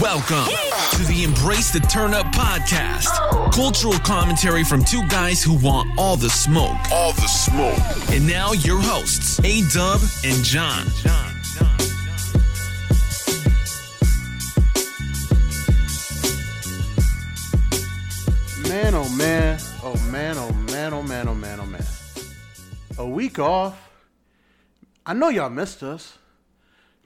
Welcome to the Embrace the Turn Up podcast. Cultural commentary from two guys who want all the smoke. All the smoke. And now your hosts, A Dub and John. Man, oh man, oh man, oh man, oh man, oh man, oh man. A week off. I know y'all missed us.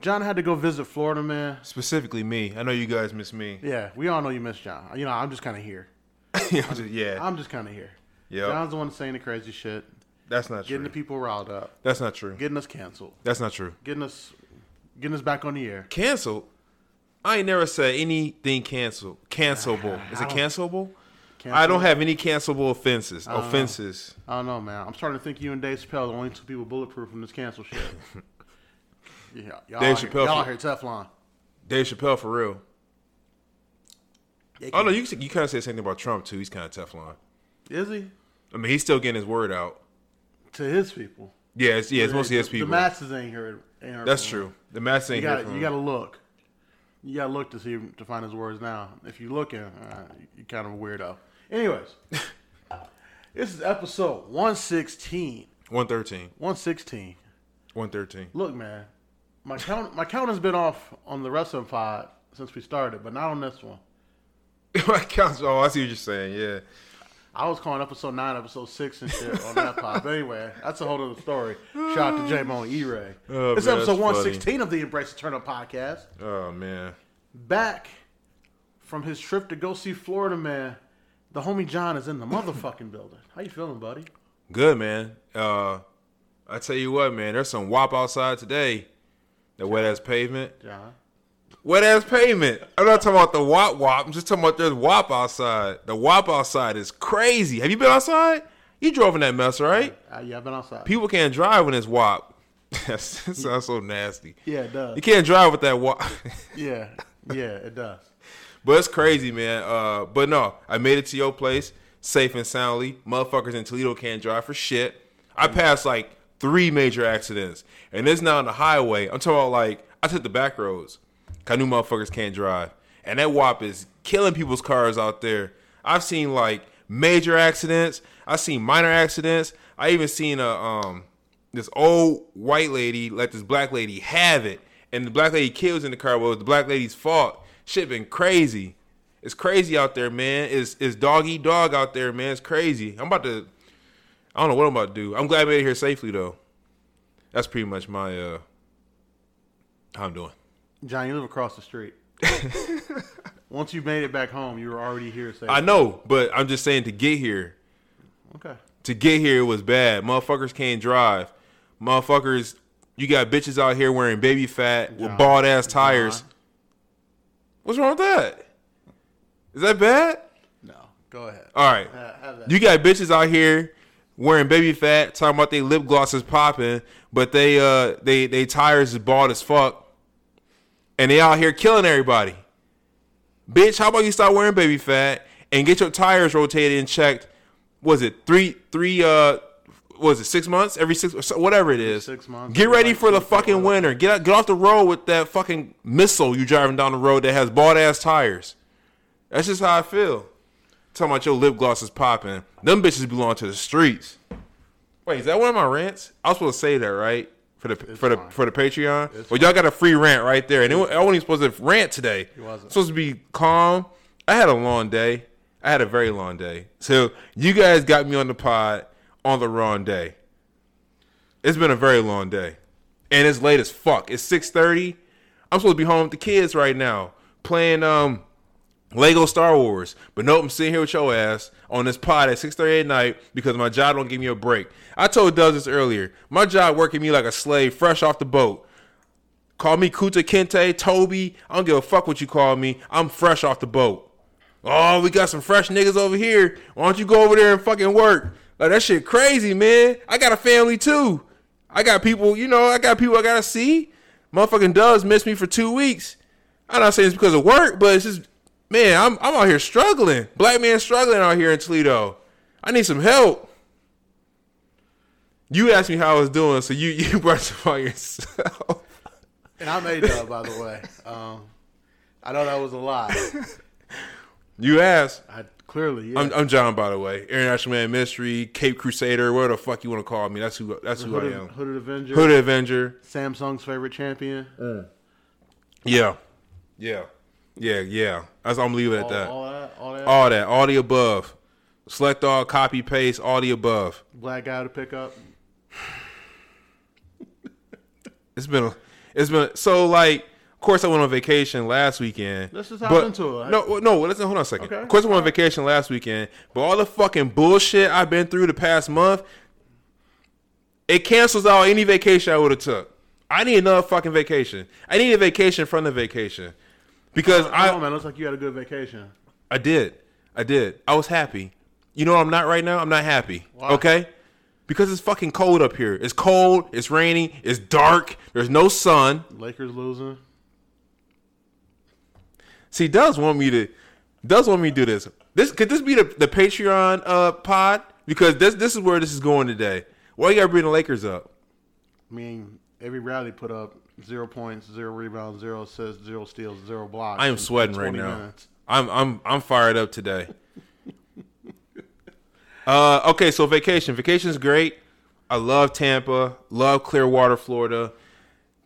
John had to go visit Florida, man. Specifically me. I know you guys miss me. Yeah, we all know you missed John. You know, I'm just kind of here. Yeah. I'm just- yeah. I'm just kind of here. Yep. John's the one saying the crazy shit, that's not getting true. the people riled up, that's not true. getting us canceled, that's not true. getting us, getting us back on the air. Canceled? I ain't never said anything canceled. Cancelable. Is it cancelable? I don't have any cancelable offenses. offenses. I don't know, man. I'm starting to think you and Dave Chappelle are the only two people bulletproof from this cancel shit. yeah, y'all, Dave out here- Chappelle- y'all out here Teflon. Dave Chappelle for real. Oh no, you you kind of say the same thing about Trump too. He's kind of Teflon. Is he? I mean, he's still getting his word out. To his people. Yeah, it's, yeah, it's mostly the, his people. The masses ain't heard. Ain't heard that's from him. true. The mass You ain't here got from. you got to look. You got to look to see to find his words now. If you looking, uh, you kind of a weirdo. Anyways, this is episode one sixteen. One thirteen. One sixteen. One thirteen. Look, man, my count my count has been off on the wrestling pod since we started, but not on this one. oh, I see what you're saying. Yeah. I was calling episode nine, episode six, and shit on that pod. But anyway, that's a whole other story. Shout out to J Mo and E Ray. Oh, it's man, that's episode funny. one sixteen of the Embrace the Turn Up podcast. Oh man. back from his trip to go see Florida Man, the homie John is in the motherfucking building. How you feeling, buddy? Good man. Uh, I tell you what, man. There's some wop outside today. That wet ass pavement. John. Wet ass pavement. I'm not talking about the wop wop. I'm just talking about there's wop outside. The wop outside is crazy. Have you been outside? You drove in that mess, right? Uh, yeah, I've been outside. People can't drive when it's wop. that sounds so nasty. yeah, it does. You can't drive with that wop. Yeah, yeah, it does. But it's crazy, man. Uh, but no, I made it to your place safe and soundly. Motherfuckers in Toledo can't drive for shit. I passed like three major accidents, and it's not on the highway. I'm talking about like I took the back roads. 'Cause I knew motherfuckers can't drive, and that WAP is killing people's cars out there. I've seen like major accidents. I've seen minor accidents. I even seen a um this old white lady let this black lady have it, and the black lady kid was in the car. Well, it was the black lady's fault. Shit been crazy. It's crazy out there, man. It's it's dog eat dog out there, man. It's crazy. I'm about to. I don't know what I'm about to do. I'm glad I made it here safely though. That's pretty much my uh how I'm doing. John, you live across the street. Once you made it back home, you were already here. Saying, I know, but I'm just saying to get here. Okay. To get here it was bad. Motherfuckers can't drive. Motherfuckers, you got bitches out here wearing baby fat with bald ass tires. What's wrong with that? Is that bad? No, go ahead. All right. have that. You got bitches out here wearing baby fat, talking about they lip gloss is popping, but they uh they they tires is bald as fuck, and they out here killing everybody. Bitch, how about you start wearing baby fat and get your tires rotated and checked? Was it three three uh? Was it six months? Every six, or so- whatever it is. Six months, Get ready like for the two, three, fucking winter. Get out, get off the road with that fucking missile you driving down the road that has bald ass tires. That's just how I feel. Talking about your lip gloss is popping. Them bitches belong to the streets. Wait, is that one of my rants? I was supposed to say that, right? for the for the for the Patreon. well, y'all got a free rant right there, and it, wa- I wasn't even supposed to rant today. It's supposed to be calm. I had a long day. I had a very long day. So you guys got me on the pod on the wrong day. It's been a very long day, and it's late as fuck. It's six thirty. I'm supposed to be home with the kids right now playing um Lego Star Wars. But nope, I'm sitting here with your ass on this pod at 6:30 at night because my job don't give me a break. I told Doug this earlier. My job working me like a slave, fresh off the boat. Call me Kuta Kinte, Toby. I don't give a fuck what you call me. I'm fresh off the boat. Oh, we got some fresh niggas over here. Why don't you go over there and fucking work? Like that shit crazy, man. I got a family too. I got people, you know, I got people I gotta see. Motherfucking Doug's missed me for two weeks. I'm not saying it's because of work, but it's just man, I'm I'm out here struggling. Black man struggling out here in Toledo. I need some help. You asked me how I was doing, so you you brought some on yourself. And I'm A Dub, by the way. Um, I know that was a lie. You asked. I clearly, yeah. I'm, I'm John, by the way. International Man Mystery, Cape Crusader, whatever the fuck you want to call me. That's who. That's who I Hooded, am. Hooded Avenger. Hooded Avenger. Samsung's favorite champion. Yeah, yeah, yeah, yeah. That's I'm leaving it at all, that. all that, all that. All that, all the above. Select all, copy paste, all the above. Black guy to pick up. It's been a, it's been so like. Of course, I went on vacation last weekend. Let's just hop but- into it. No, well, no. Let's hold on a second. Okay. Of course, I went on vacation last weekend, but all the fucking bullshit I've been through the past month, it cancels out any vacation I would have took. I need another fucking vacation. I need a vacation from the vacation because I, I on, man, looks like you had a good vacation. I did. I did. I was happy. You know what I'm not right now? I'm not happy. Okay? Because it's fucking cold up here. It's cold, it's rainy, it's dark, there's no sun. Lakers losing. See, does want me to does want me to do this. This could this be the, the Patreon uh pod? Because this this is where this is going today. Why you gotta bring the Lakers up? I mean, every rally put up zero points, zero rebounds, zero assists, zero steals, zero blocks. I am in sweating right 20 now. minutes. I'm I'm I'm fired up today. uh, okay, so vacation. Vacation's great. I love Tampa. Love Clearwater, Florida.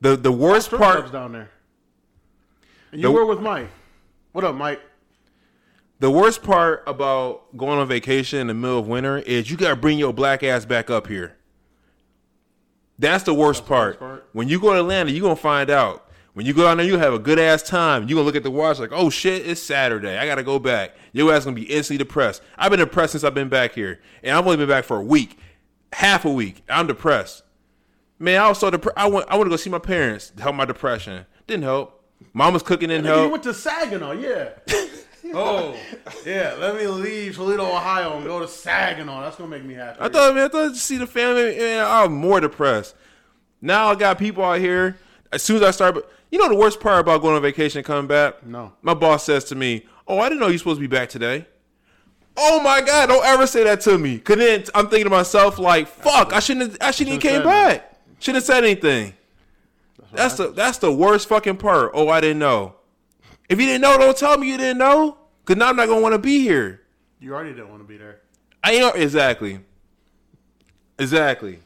The the worst Strip part clubs down there. And you The- were with Mike. What up, Mike? the worst part about going on vacation in the middle of winter is you gotta bring your black ass back up here. That's the worst, part. part. When you go to Atlanta, you're gonna find out. When you go down there, you have a good ass time. You're gonna look at the watch like, oh shit, it's Saturday. I gotta go back. Your ass gonna be instantly depressed. I've been depressed since I've been back here. And I've only been back for a week. Half a week. I'm depressed. Man, I was so depressed. I went I went to go see my parents to help my depression. Didn't help. Mama's cooking didn't You help. went to Saginaw, yeah. oh, yeah. Let me leave Toledo, Ohio, and go to Saginaw. That's gonna make me happy. I thought, man, I thought to see the family, man, I'm more depressed. Now I got people out here. As soon as I start, but you know the worst part about going on vacation and coming back? No. My boss says to me, "Oh, I didn't know you're supposed to be back today." Oh my God! Don't ever say that to me. Cause then I'm thinking to myself, like, "Fuck! I shouldn't. Have, I shouldn't even came Should've said back. Shouldn't have said anything." That's the that's the worst fucking part. Oh, I didn't know. If you didn't know, don't tell me you didn't know. Cause now I'm not gonna want to be here. you already didn't want to be there. I ain't exactly. Exactly.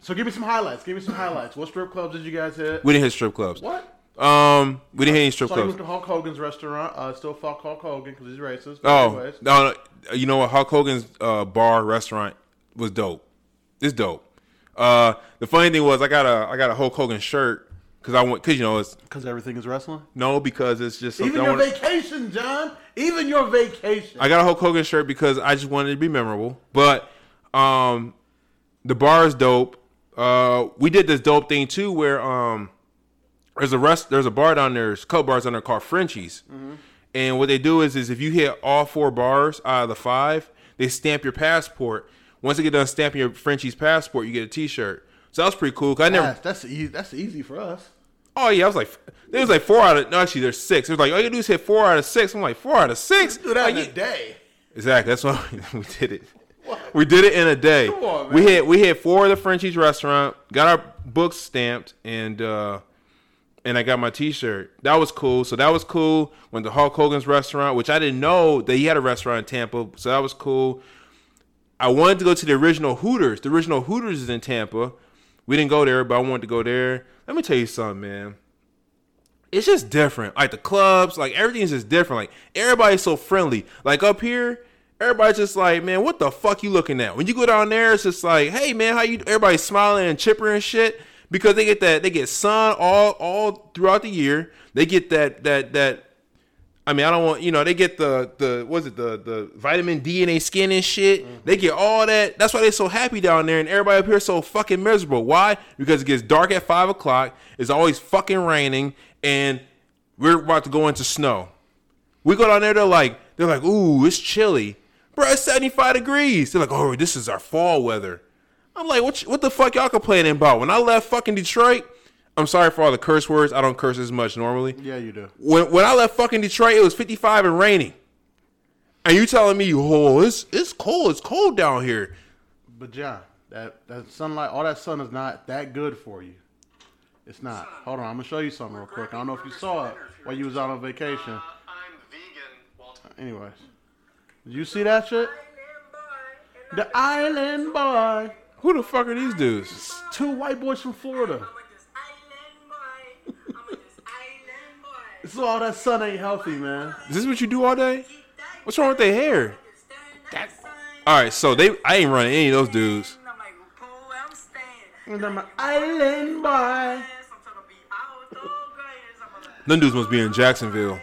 So give me some highlights. Give me some highlights. What strip clubs did you guys hit? We didn't hit strip clubs. What? Um, we didn't hit any strip So you went to clubs. Hulk Hogan's restaurant. Uh, still fuck Hulk Hogan because he's racist. Oh, Anyways. no, no, you know what? Hulk Hogan's uh, bar restaurant was dope. It's dope. Uh, the funny thing was, I got a I got a Hulk Hogan shirt because I went because you know it's Because everything is wrestling. no because it's just something Even I your wanna- vacation, John. Even your vacation. I got a Hulk Hogan shirt because I just wanted it to be memorable. But um, the bar is dope. Uh, we did this dope thing too, where um, there's a rest, there's a bar down there, there's a couple bars down there called Frenchies, Mm-hmm. and what they do is, is if you hit all four bars out of the five, they stamp your passport. Once they get done stamping your Frenchie's passport, you get a T-shirt. So that was pretty cool. 'cause I never. Yes, that's easy. That's easy for us. Oh yeah, I was like, there was like four out of no, actually there's six. It was like all you do is hit four out of six. I'm like four out of six. Do that Like, in a you- day. Exactly. That's why we did it. We did it in a day. Come on, We man. hit we hit four of the Frenchies restaurant, got our books stamped, and uh and I got my T-shirt. That was cool. So that was cool. Went to Hulk Hogan's restaurant, which I didn't know that he had a restaurant in Tampa. So that was cool. I wanted to go to the original Hooters. The original Hooters is in Tampa. We didn't go there, but I wanted to go there. Let me tell you something, man. It's just different. Like the clubs, like everything's just different. Like everybody's so friendly. Like up here, everybody's just like, man, what the fuck you looking at? When you go down there, it's just like, hey man, how you everybody's smiling and chipper and shit. Because they get that they get sun all all throughout the year. They get that that that I mean, I don't want you know they get the the was it the the vitamin D in their skin and shit. They get all that. That's why they're so happy down there, and everybody up here is so fucking miserable. Why? Because it gets dark at five o'clock. It's always fucking raining, and we're about to go into snow. We go down there. They're like they're like, ooh, it's chilly, bro. It's seventy five degrees. They're like, oh, this is our fall weather. I'm like, what you- what the fuck y'all complaining about? When I left fucking Detroit, I'm sorry for all the curse words. I don't curse as much normally Yeah, you do. when when I left fucking Detroit, it was 55 and raining. And you telling me, oh, it's it's cold, it's cold down here. But John, that that sunlight, all that sun is not that good for you. It's not. Hold on, I'm gonna show you something real quick. I don't know if you saw it while you was out on vacation. Uh, Uh, I'm vegan. Well, Anyways, did you see that shit? The Island Boy, Who the fuck are these dudes? two white boys from Florida. So all that sun ain't healthy, man. Is this what you do all day? What's wrong with their hair? All right, so they I ain't running any of those dudes. And I'm an island boy. Them dudes must be in Jacksonville,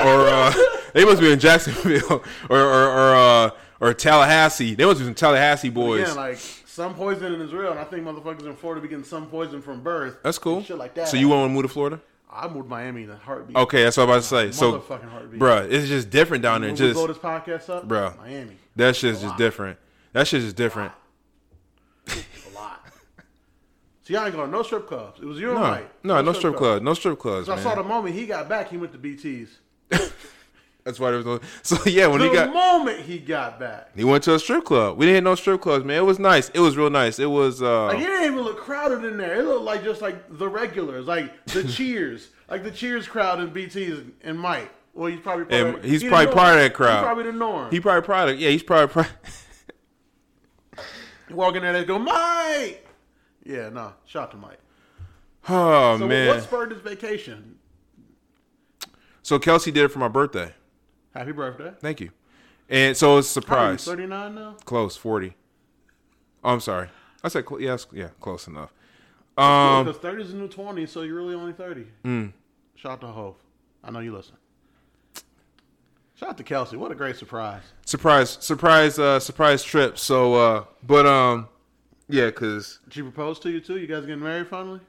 or uh, they must be in Jacksonville, or or or, uh, or Tallahassee. They must be some Tallahassee boys. Yeah, like some poison in Israel, and I think motherfuckers in Florida be getting some poison from birth. That's cool. Shit like that. So you want to move to Florida? I moved Miami in a heartbeat. Okay, that's what I was about to say. So, Motherfucking heartbeat. bruh, it's just different down there. When we Just blow this podcast up, Bro. Miami. Oh, That shit's just different. That shit's just different. a lot. So y'all ain't going to no strip clubs. It was your No, night. no, no strip club. No strip clubs, So I saw the man. moment he got back, he went to BT's. That's why there was no. So yeah, when The he got moment he got back, he went to a strip club. We didn't have no strip clubs, man. It was nice. It was real nice. It was like it uh, didn't even look crowded in there. It looked like just like the regulars, like the Cheers, like the Cheers crowd in BT's and Mike. Well, he's probably part and of- he's he the probably norm. part of that He's crowd. probably the norm. He probably part of yeah. He's probably part. Walk in there, they go Mike. Yeah, no, shout to Mike. Oh So man. what spurred his vacation? so Kelsey did it for my birthday. Happy birthday. Thank you. And so it's a surprise. Thirty nine now. Close forty. Oh, I'm sorry. I said cl- yes. Yeah, close enough. Um, because thirty is a new twenty, so you're really only thirty. Mm. Shout out to Hope. I know you listen. Shout out to Kelsey. What a great surprise. Surprise! Surprise! Uh, surprise trip. So, uh, but um, yeah, cause Did she propose to you too? You guys getting married finally?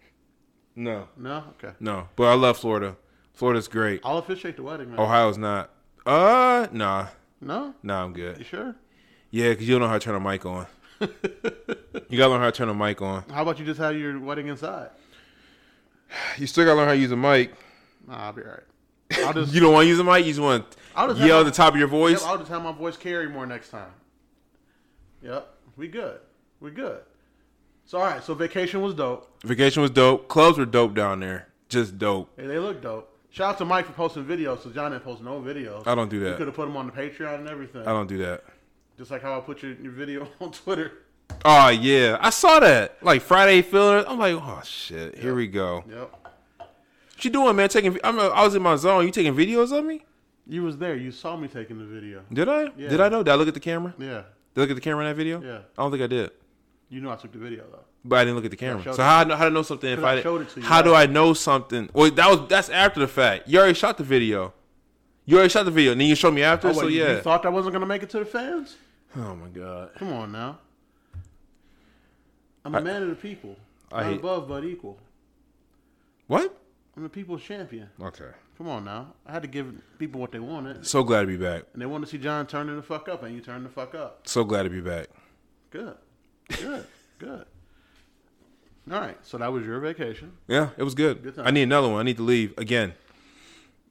no, No? Okay. No, but I love Florida. Florida's great. I'll officiate the wedding, man. Ohio's not. Uh, nah, No? nah, I'm You good. sure? Yeah, because you don't know how to turn a mic on. you gotta learn how to turn a mic on. How about you just have your wedding inside? You still gotta learn how to use a mic. Nah, I'll be all right. I'll just, You don't want to use a mic. You just want I'll to just yell at have the my- top of your yep, voice. I'll just have my voice carry more next time. Yep. We good. We good. So, all right. So, vacation was dope. Vacation was dope. Clubs were dope down there. Just dope. Hey, they look dope. Shout out to Mike for posting videos. So, John didn't post no videos. I don't do You could that. have put them on the Patreon and everything. I don't do that. Just like how I put your, your video on Twitter. Oh yeah, I saw that. Like Friday filler. I'm like, oh shit, here we go. Yep. What you doing, man? Taking. I'm, uh, I was in my zone. You taking videos of me? You was there. You saw me taking the video. Did I? Did I know? Did I look at the camera? Yeah. Did I look at the camera in that video? Yeah. I don't think I did. You know I took the video, though. But I didn't look at the camera. showed So it. how I know how to know something if But I I, didn't- showed it to you, How do right? I know something? Well, that was that's after the fact. You already shot the video. You already shot the video, and then you showed me after. Oh, so wait, you- yeah. You thought I wasn't gonna make it to the fans? oh my god. Come on now. I'm a man of the people. I Not hate- above but equal. What? I'm the people's champion. Okay. Come on now. I had to give people what they wanted. So glad to be back. And they wanted to see John turning the fuck up and you turned the fuck up. So glad to be back. Good. Good. Good. All right. So that was your vacation. Yeah, it was good. Good time. I need another one. I need to leave again.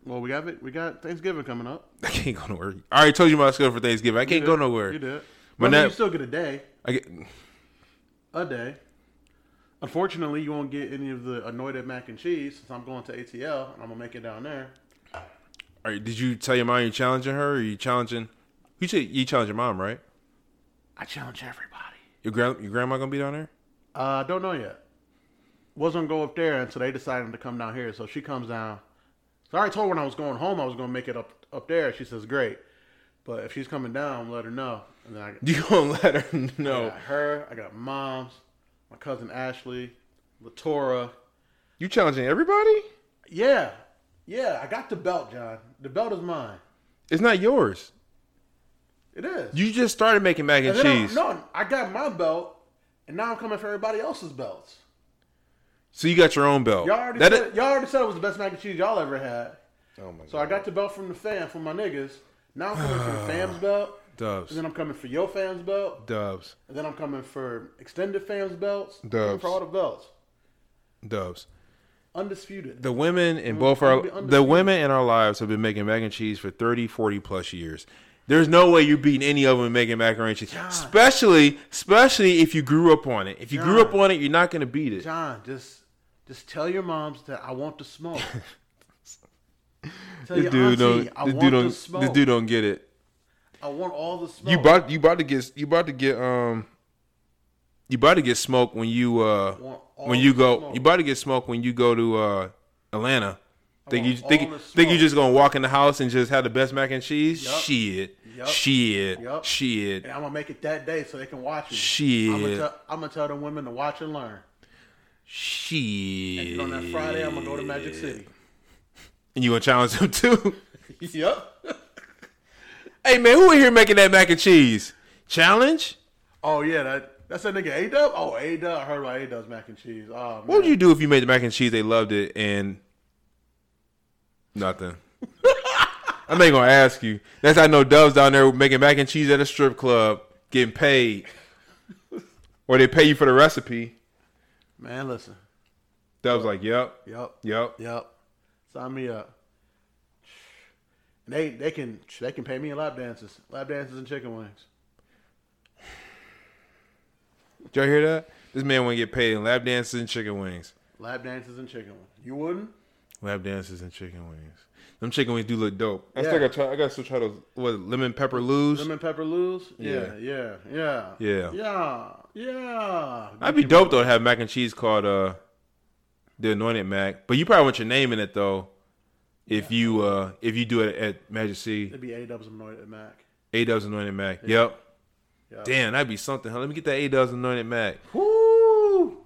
Well we got it we got Thanksgiving coming up. I can't go nowhere. I already told you my schedule for Thanksgiving. I can't go nowhere. You did. My But then nap- you still get a day. I get, A day. Unfortunately, you won't get any of the annoyed at mac and cheese since I'm going to ATL and I'm gonna make it down there. all right, did you tell your mom you challenging her? Or you challenging? You said you challenge your mom, right? I challenge everybody. Your grand, your grandma gonna be down there? Uh, don't know yet. Was gonna go up there until they decided to come down here. So she comes down. So I already told her when I was going home I was gonna make it up up there. She says great, but if she's coming down, let her know. And then I You gonna let her I know? got her. I got moms. My cousin Ashley, Latora. You challenging everybody? Yeah, yeah. I got the belt, John. The belt is mine. It's not yours. It is. You just started making mac and, And then I- cheese. no, I got my belt, and now I'm coming for everybody else's belts. So you got your own belt. Y'all already, That said, is- y'all already said it was the best mac and cheese y'all ever had. oh my So I got the belt from the fam, from my niggas. Now I'm coming for the fam's belt. Dubs. And then I'm coming for your fam's belt. Dubs. And then I'm coming for extended fam's belts. I'm coming Dubs. For all the belts. Dubs. Undisputed. The women Mm-hmm. in both our undisputed. the women in our lives have been making mac and cheese for 30, 40 plus years. There's no way you're beating any of them in making macaroni and cheese, especially especially if you grew up on it. If you grew up on it, you're not gonna beat it. John, just just tell your moms that I want to smoke. tell your dude auntie, I this dude want to don't, smoke. this dude don't get it. I want all the smoke. You about you about to get you about to get um you about to get smoked when you uh want all when you the go smoke. you about to get smoked when you go to uh Atlanta. Think you want think all you- the think you smoke. just gonna walk in the house and just have the best mac and cheese? Yup. Shit, Yup. shit, Yup. shit. And I'm gonna make it that day so they can watch it. Shit. I'm gonna, tell, I'm gonna tell them women to watch and learn. Shit. And on that Friday, I'm gonna go to Magic City. And you gonna challenge them too? yep. hey man, who in here making that mac and cheese? Challenge? Oh yeah, that that's that nigga A Dub. Oh A Dub, I heard about A Dub's mac and cheese. Oh man. What would you do if you made the mac and cheese? They loved it and nothing. I'm not even gonna ask you. That's how I know doves down there making mac and cheese at a strip club, getting paid, or they pay you for the recipe. man, listen. Doves like, yep, Yep. yep. Yep. Sign me up. And they they can they can pay me in lap dances, lap dances and chicken wings. Did y'all hear that? This man want to get paid in lap dances and chicken wings. Lap dances and chicken wings. You wouldn't? Lap dances and chicken wings. Them chicken wings do look dope. I Yeah. still got try. I got to still try those. What lemon pepper lose? Lemon pepper lose? Yeah. Yeah, yeah, yeah. Yeah. Yeah. Yeah. I'd be dope though to have mac and cheese called uh the anointed mac. But you probably want your name in it though. If you uh if you do it at Magic City. It'd be A dubs annoyed at Mac. A Dub's anointed mac. Yep. Damn, that'd be something. huh? Let me get that A Dub's anointed mac. Woo!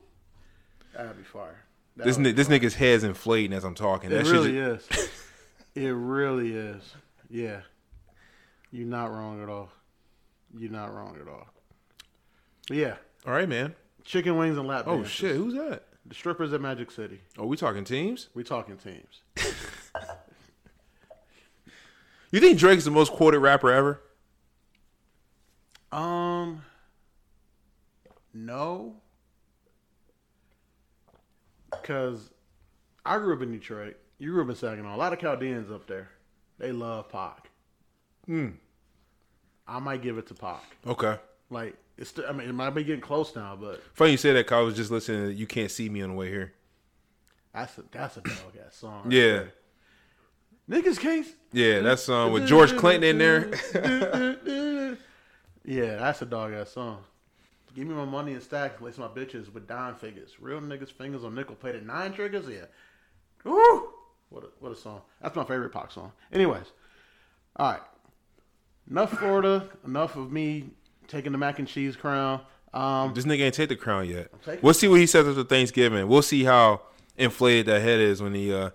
That'd be fire. That This would- ni- this nigga's head's inflating as I'm talking. it That really shit is. it really is. Yeah. You're not wrong at all. You're not wrong at all. But yeah. All right, man. Chicken wings and lap Oh dances. shit, who's that? The strippers at Magic City. Oh, we talking teams? We talking teams. You think Drake's the most quoted rapper ever? Um no. Cause I grew up in Detroit. You grew up in Saginaw. A lot of Chaldeans up there. They love Pac. Hmm. I might give it to Pac. Okay. Like it's still, I mean it might be getting close now, but Funny you say that. 'cause I was just listening. to You can't see me on the way here. that's a that's a dog ass song. right Yeah, there. Niggas can't yeah. That song with George Clinton in there. Yeah, that's a dog ass song. Give me my money in stacks, lace my bitches with dime figures. Real niggas fingers on nickel plated nine triggers. Yeah. Woo! What a, what a song. That's my favorite Pac song. Anyways, all right. Enough Florida. Enough of me taking the mac and cheese crown. Um, This nigga ain't take the crown yet. taking We'll see what he says after Thanksgiving. We'll see how inflated that head is when he. uh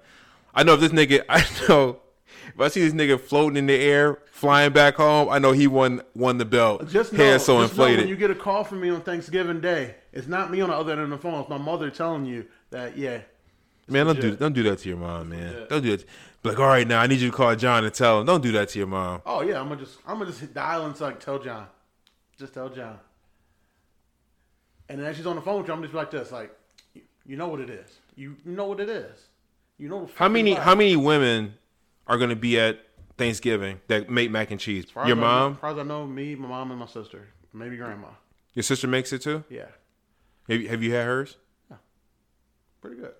I know if this nigga, I know if I see this nigga floating in the air, flying back home, I know he won won the belt. just know, head so just know inflated. when you get a call from me on Thanksgiving Day, it's not me on the other end of the phone. It's my mother telling you that, yeah, man, don't do don't do that to your mom, man. Don't do that. Be like, all right, now I need you to call John and tell him. Don't do that to your mom. Oh yeah, I'm gonna just I'm gonna just hit dial and suck. Tell John, just tell John. And then as she's on the phone with you, I'm just like this, like, you, you know what it is. You, you know what it is. You know the How fucking many lie. how many women are gonna be at Thanksgiving that make mac and cheese? As far Your as I know- mom, As far as I know, me, my mom, and my sister, maybe grandma. your sister makes it too. Yeah, Have you, have you had hers? pretty good.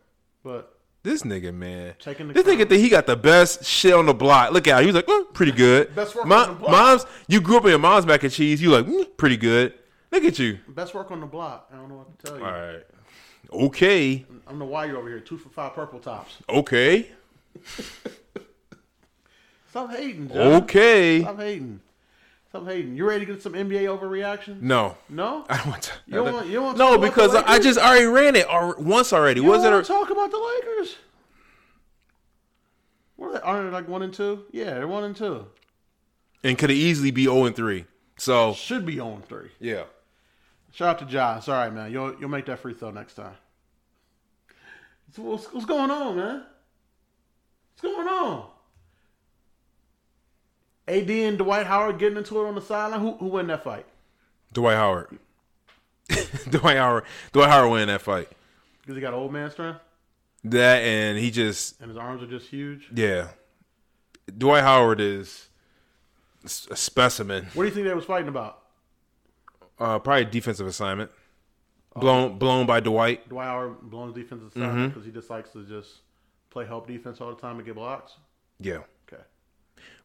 But This nigga, man. Taking the this nigga crown. think he got the best shit on the block. Look at him. He was like, "Mm, pretty good. Best work on the block. Mom's, you grew up in your mom's mac and cheese. You like, "Mm, "Hmm, pretty good. Look at you. Best work on the block. I don't know what to tell you. All right. Okay. I don't know why you're over here. Two for five purple tops. Okay. Stop hating, John. Okay. Stop hating. Stop hating. You ready to get some NBA overreaction? No. No? I don't want to. You don't want- you don't want to no, talk about because the I I Lakers? just already ran it al- once already. You Was it? don't Or, want to talk about the Lakers? What are they? Aren't they like one and two? Yeah, they're one and two. and could easily be zero and three. So Should be on three. yeah. Shout out to Josh. All right, man. You'll you'll make that free throw next time. So what's, what's going on, man? What's going on? AD and Dwight Howard getting into it on the sideline. Who who win that fight? Dwight Howard. Dwight Howard. Dwight Howard win that fight. Because he got old man strength That and he just and his arms are just huge. yeah. Dwight Howard is s- a specimen. What do you think they was fighting about? Uh, probably defensive assignment. Blown blown by Dwight. Dwight Howard blown his defensive side because he just likes to just play help defense all the time and get blocks. Yeah. Okay.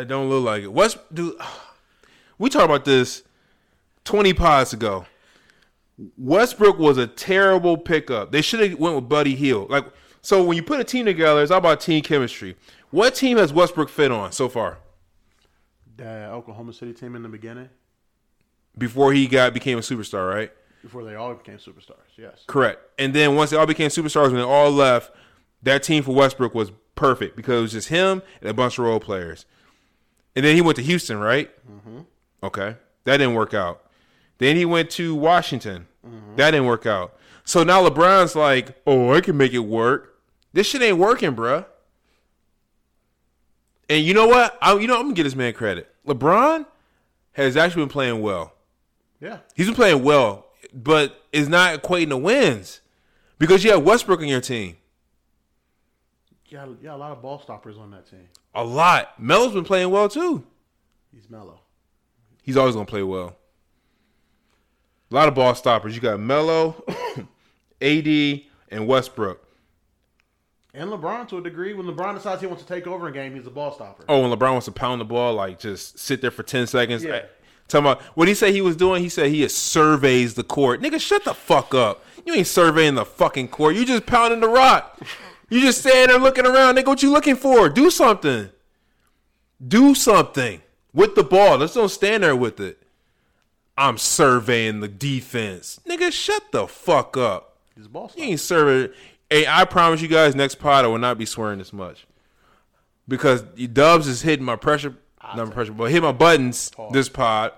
it don't look like it. West, dude, we talked about this twenty pods ago. Westbrook was a terrible pickup. They should have went with Buddy Hill. Like, so when you put a team together, it's all about team chemistry. What team has Westbrook fit on so far? the Oklahoma City team in the beginning Before he got became a superstar, right? before they all became superstars. Yes. Correct. And then once they all became superstars, when they all left, that team for Westbrook was perfect because it was just him and a bunch of role players. And then he went to Houston, right? Okay, that didn't work out. Then he went to Washington. That didn't work out. So now LeBron's like, "Oh, I can make it work. This shit ain't working, bruh. And you know what? I, you know I'm gonna give this man credit. LeBron has actually been playing well. Yeah. He's been playing well, but it's not equating to wins because you have Westbrook on your team You got, you got a lot of ball stoppers on that team. a lot. Melo's been playing well too. He's mellow. He's always gonna play well. A lot of ball stoppers. You got Melo, AD, and Westbrook. And LeBron to a degree. When LeBron decides he wants to take over a game, he's a ball stopper. Oh, and LeBron wants to pound the ball, like just sit there for ten seconds. Yeah. I- Talking about what he said he was doing, he said he surveys the court. Nigga, shut the fuck up. You ain't surveying the fucking court. You just pounding the rock. You just standing there looking around. Nigga, what you looking for? Do something. Do something with the ball. Let's don't stand there with it. I'm surveying the defense. Nigga, shut the fuck up. He's a ball You stopper. ain't serving. Hey, I promise you guys, next pod I will not be swearing this much because Dubs is hitting my pressure, not my pressure, but hit my buttons this pod.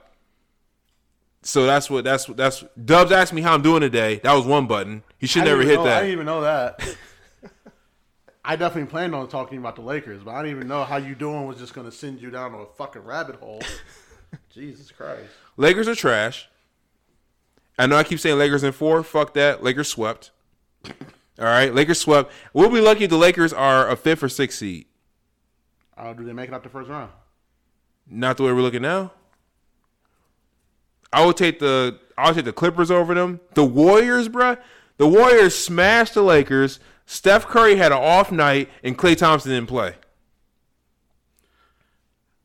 So that's what that's what that's. Dubs asked me how I'm doing today. That was one button. He should I didn't never even hit know- I that. didn't even know that. I definitely planned on talking about the Lakers, but I didn't even know how you doing was just going to send you down a fucking rabbit hole. Jesus Christ. Lakers are trash. I know I keep saying Lakers in four. Fuck that. Lakers swept. All right, Lakers swept. We'll be lucky if the Lakers are a fifth or sixth seed. Uh, do they make it out the first round? Not the way we're looking now. I would take the I would take the Clippers over them. The Warriors, bruh. The Warriors smashed the Lakers. Steph Curry had an off night, and Klay Thompson didn't play.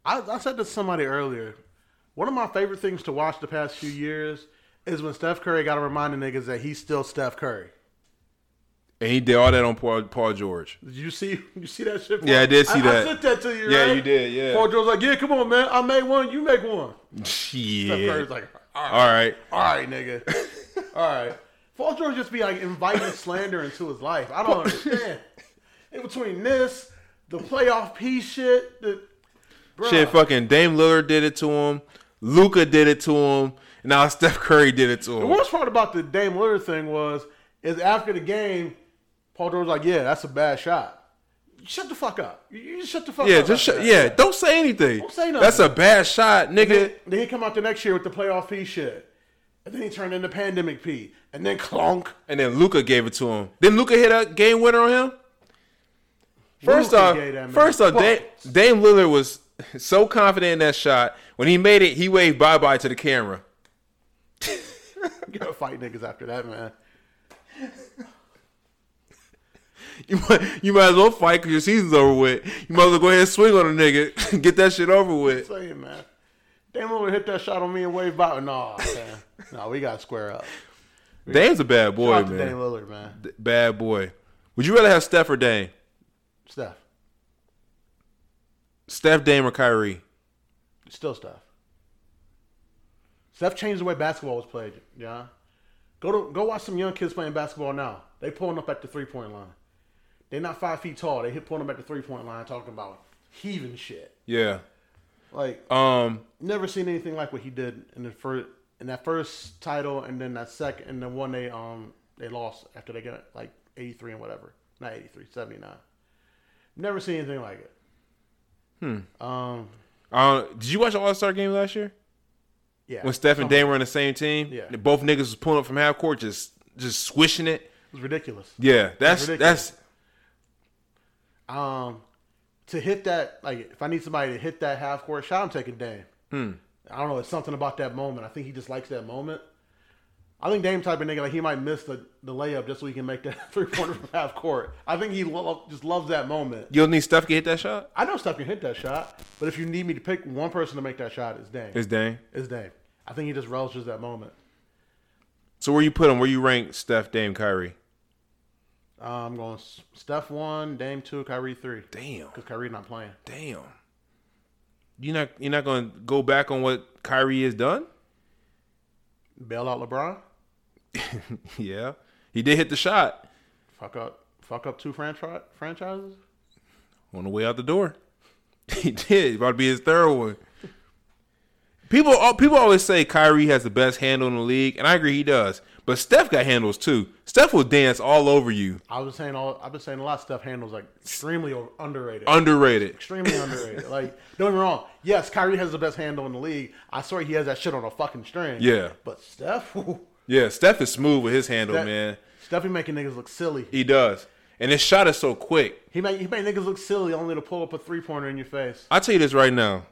I, I said this to somebody earlier. One of my favorite things to watch the past few years is when Steph Curry got to remind the niggas that he's still Steph Curry. And he did all that on Paul, Paul George. Did you see? You see that shit? Yeah, I did see that. I sent that to you. Yeah, right? you did, yeah. Paul George was like, yeah, come on, man. I made one. You make one. Steph Yeah. Curry's like, all right, All right. all right, nigga, all right. Paul George just be like inviting slander into his life. I don't understand. In between this, the playoff P shit, the Shit, fucking Dame Lillard did it to him. Luca did it to him. Now Steph Curry did it to The him. worst part about the Dame Lillard thing was, is after the game, Paul George was like, "Yeah, that's a bad shot. Shut the fuck up. You- You just shut the fuck Yeah, up." just after sh- that. yeah. Don't say anything. Don't say nothing. That's a bad shot, nigga. Then, then he come out the next year with the playoff P shit, and then he turned into pandemic P, and then clonk. And then Luca gave it to him. Didn't Luca hit a game winner on him? First Luka off, gave that man first off, Dame, buckets. Dame Lillard was so confident in that shot when he made it. He waved bye bye to the camera. You gotta fight niggas after that, man. You might, you might as well fight because your season's over with. You might as well go ahead and swing on a nigga, get that shit over I'm with. saying, man. Dame Lillard hit that shot on me and waved by. Nah, man. nah, we gotta square up. Dame's a bad boy, Shout out to man. Dame Lillard, man. D- Bad boy. Would you rather have Steph or Dame? Steph, Steph, Dame, or Kyrie? still Steph. Steph changed the way basketball was played. Yeah, go to go watch some young kids playing basketball now. They pulling up at the three point line. They're not five feet tall. They hit pulling up at the three point line, talking about heaving shit. Yeah. Like Um. never seen anything like what he did in the first in that first title and then that second and the one they um they lost after they got like 83 and whatever not 83 79 never seen anything like it Hmm. um Uh, did you watch the All Star game last year? yeah When Steph and Something- Dame were on the same team, Yeah. and both niggas was pulling up from half court, just just swishing it. it was ridiculous Yeah, It was that's ridiculous. that's um to hit that like if I need somebody to hit that half court shot I'm taking Dame hmm. I don't know. It's something about that moment. I think he just likes that moment. I think Dame type of nigga like he might miss the, the layup just so he can make that three pointer from half court. I think he lo- just loves that moment. You'll need Steph to hit that shot. I know Steph can hit that shot, but if you need me to pick one person to make that shot, it's Dame. It's Dame. It's Dame. I think he just relishes that moment. So where you put him? Where you rank Steph, Dame, Kyrie? Uh, I'm going S- Steph one, Dame two, Kyrie three. Damn. because Kyrie not playing. Damn. You not you're not gonna go back on what Kyrie has done? Bail out LeBron. yeah, he did hit the shot Fuck up. Fuck up two franchise franchises. on the way out the door. he did. About to be his third one. People al- people always say Kyrie has the best handle in the league, and I agree he does. But Steph got handles too. Steph will dance all over you. I was saying all. I've been saying a lot of stuff handles like extremely over, underrated. Underrated. extremely underrated. Like, don't get me wrong. Yes, Kyrie has the best handle in the league. I swear he has that shit on a fucking string. Yeah. But Steph, Yeah, Steph is smooth with his handle, Steph- man. Steph be making niggas look silly. He does. And his shot is so quick. He make he make niggas look silly only to pull up a three pointer in your face. I tell you this right now,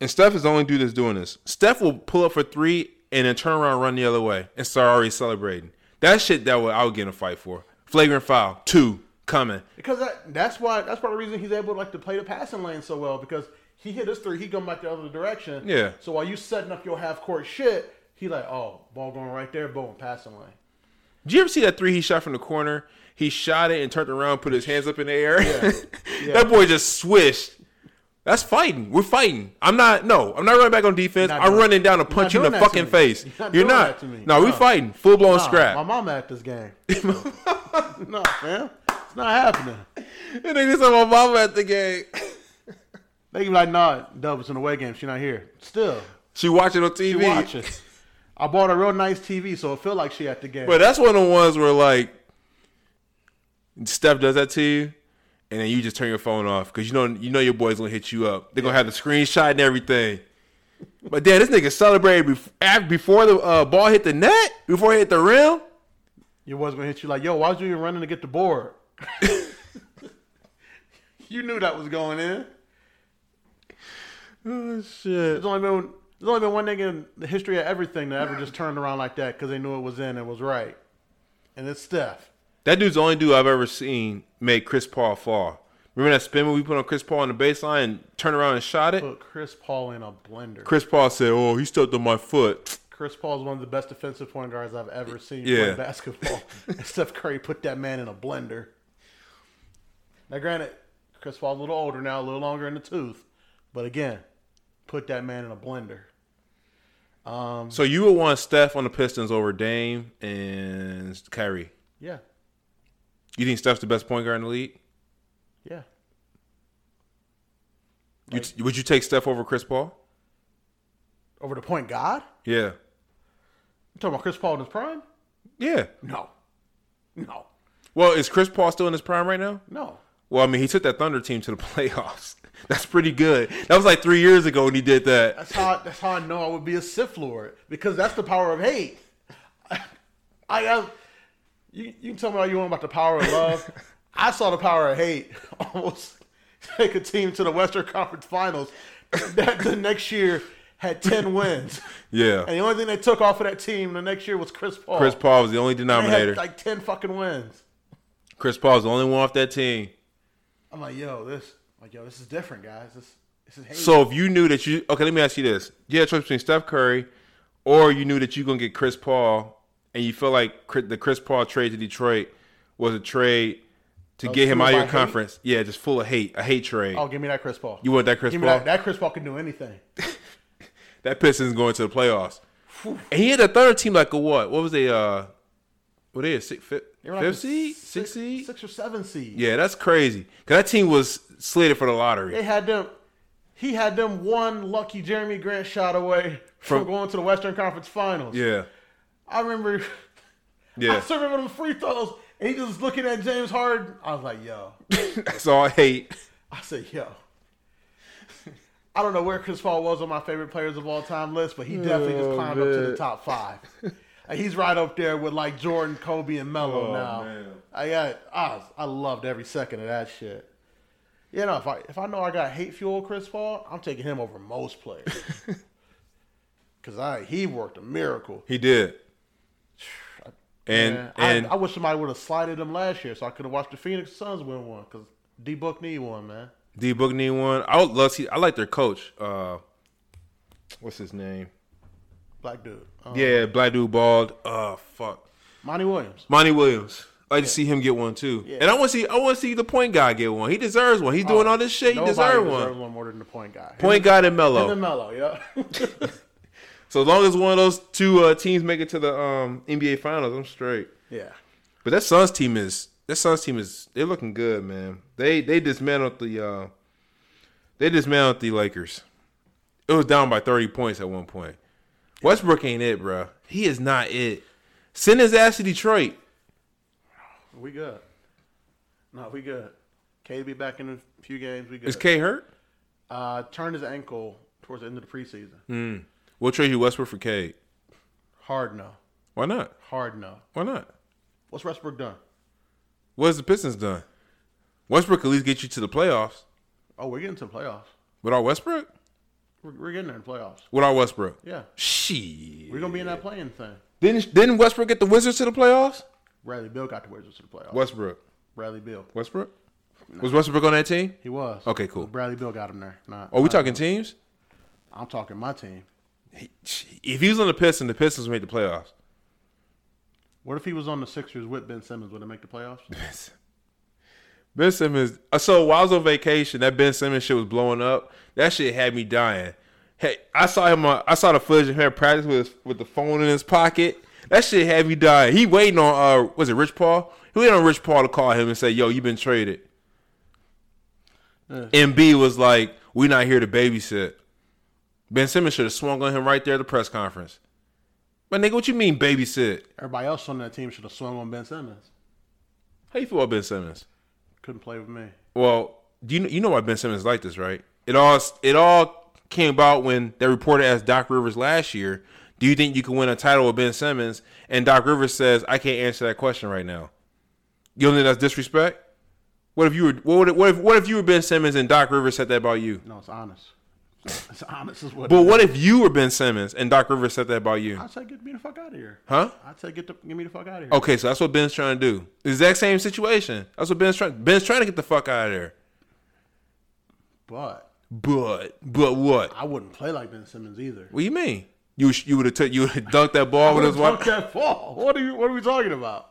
and Steph is the only dude that's doing this. Steph will pull up for three and then turn around, and run the other way, and start already celebrating. That shit that would I would get in a fight for. Flagrant foul, two coming. Because that, that's why that's part of the reason he's able like to play the passing lane so well because he hit his three, he come back the other direction. Yeah. So while you setting up your half court shit, he like, oh, ball going right there, boom, passing lane. Did you ever see that three he shot from the corner? He shot it and turned around, put his hands up in the air. that boy just swished. That's fighting. We're fighting. I'm not. No, I'm not running back on defense. Not I'm doing- running down to You're not punch you in doing the that to fucking me. face. You're not You're doing not. that to me. No, we No. fighting. Full blown Nah, scrap. My mama at this game. no, man. It's not happening. And they just said my mama at the game. They be like, nah, Dub, it's an away game. She not here. Still, She watching on TV. she watching. I bought a real nice TV, so it feel like she at the game. But that's one of the ones where like Steph does that to you, and then you just turn your phone off because you know you know your boy's gonna hit you up. They're gonna have the screenshot and everything. But damn, this nigga celebrated bef- af- before the uh, ball hit the net, before it hit the rim. Your boy's gonna hit you like, yo, why was you even running to get the board? you knew that was going in. Oh shit! There's only been there's only been one nigga in the history of everything that ever just turned around like that because they knew it was in and was right, and it's Steph. That dude's the only dude I've ever seen make Chris Paul fall. Remember that spin when we put on Chris Paul on the baseline and turned around and shot it? Put Chris Paul in a blender. Chris Paul said, "Oh, he stepped on my foot." Chris Paul is one of the best defensive point guards I've ever seen Yeah. play basketball. And Steph Curry put that man in a blender. Now, granted, Chris Paul's a little older now, a little longer in the tooth, but again, put that man in a blender. Um, So you would want Steph on the Pistons over Dame and Kyrie. yeah, You think Steph's the best point guard in the league? yeah. You t- would you take Steph over Chris Paul? Over the point guard? Yeah. You talking about Chris Paul in his prime? Yeah. No. No. Well, is Chris Paul still in his prime right now? No. Well, I mean, he took that Thunder team to the playoffs. That's pretty good. That was like three years ago when he did that. That's how that's how I know I would be a Sith Lord because that's the power of hate. I, I you you can tell me all you want about the power of love. I saw the power of hate almost take a team to the Western Conference Finals that the next year had ten wins. Yeah. And the only thing they took off of that team the next year was Chris Paul. Chris Paul was the only They denominator. had like ten fucking wins. Chris Paul was the only one off that team. I'm like, yo, this like yo, this is different, guys. This this is hate. So if you knew that you okay, let me ask you this: you had a choice between Steph Curry, or you knew that you gonna get Chris Paul, and you feel like Chris- the Chris Paul trade to Detroit was a trade to Oh, get him fueled out of by your hate? conference. Yeah, just full of hate, a hate trade. Oh, give me that Chris Paul. You want that Chris give Paul? Me that, that Chris Paul can do anything. That Pistons going to the playoffs, and he had the third team like a what? What was they? Uh, what they a six, fifth, They were like fifth a seed? six, seed, six or seven seed. Yeah, that's crazy. Cause that team was slated for the lottery. They had them. He had them one lucky Jeremy Grant shot away from, From- going to the Western Conference Finals. Yeah, I remember. I yeah. still remember the free throws, and he just looking at James Harden. I was like, "Yo," That's all hate. I said, "Yo." I don't know where Chris Paul was on my favorite players of all time list, but he definitely just Oh, climbed up to the man. top five. Like, he's right up there with like Jordan, Kobe, and Melo Oh, now. man. I got, I, was- I loved every second of that shit. You know, if I if I know I got hate fuel, Chris Paul, I'm taking him over most players. Cause I he worked a miracle. He did. And Man, and I, I wish somebody would have slided him last year so I could have watched the Phoenix Suns win one. Cause D Book need one, man. D Book need one. I would love to see. I like their coach. Uh, what's his name? Black dude. Um, yeah, black dude, bald. Uh, fuck. Monty Williams. Monty Williams. I like to see him get one too. And I want to see. I want to see the point guy get one. He deserves one. He's doing all this shit. He Nobody deserves deserves one. one more than the point guy. Point guy and And the Mello. Mello, yeah. So as long as one of those two uh, teams make it to the um, NBA Finals, I'm straight. yeah. But that Suns team is that Suns team is they're looking good, man. They they dismantled the uh they dismantled the Lakers. It was down by thirty points at one point. Westbrook ain't it, bro. He is not it. Send his ass to Detroit. We good. No, we good. K be back in a few games. We good. Is K hurt? Uh, turned his ankle towards the end of the preseason. Mm. We'll trade you Westbrook for K. Hard no. Why not? Hard no. Why not? What's Westbrook done? What has the Pistons done? Westbrook at least get you to the playoffs. Oh, we're getting to the playoffs. With our Westbrook? We're, we're getting there in the playoffs. With our Westbrook. Yeah. She We're gonna be in that playing thing. didn't didn't Westbrook get the Wizards to the playoffs? Bradley Bill got the Wizards to the playoffs. Westbrook. Bradley Bill. Westbrook? Was Westbrook on that team? He was. Okay, cool. Bradley Bill got him there. Not, Are we not- talking teams? I'm talking my team. If he was on the Pistons, the Pistons made the playoffs. What if he was on the Sixers with Ben Simmons? Would it make the playoffs? Ben Simmons. uh, So while I was on vacation, that Ben Simmons shit was blowing up. That shit had me dying. Hey, I saw him. On, I saw the footage of him at practice with his- with the phone in his pocket. That shit had me dying. He waiting on uh, was it Rich Paul? He waiting on Rich Paul to call him and say, "Yo, you been traded." Yeah. MB was like, "We not here to babysit." Ben Simmons should have swung on him right there at the press conference. But nigga, what you mean babysit? Everybody else on that team should have swung on Ben Simmons. How you feel about Ben Simmons? Couldn't play with me. Well, Oh, do you know, you know why Ben Simmons is like this, right? It all it all came about when they reported as Doc Rivers last year. Do you think you can win a title with Ben Simmons? And Doc Rivers says, "I can't answer that question right now." You don't think that's disrespect? What if you were what if, what if what if you were Ben Simmons and Doc Rivers said that about you? No, it's honest. It's honest is what. But it what is. if you were Ben Simmons and Doc Rivers said that about you? I say get me the fuck out of here. Huh? Oh. I say get the get me the fuck out of here. Okay, so that's what Ben's trying to do. Exact same situation. That's what Ben's trying. Ben's trying to get the fuck out of there. But But but what? I wouldn't play like Ben Simmons either. What do you mean? You would- you would have took you would have dunked that ball with his Don't wife. that fall. What are you? What are we talking about?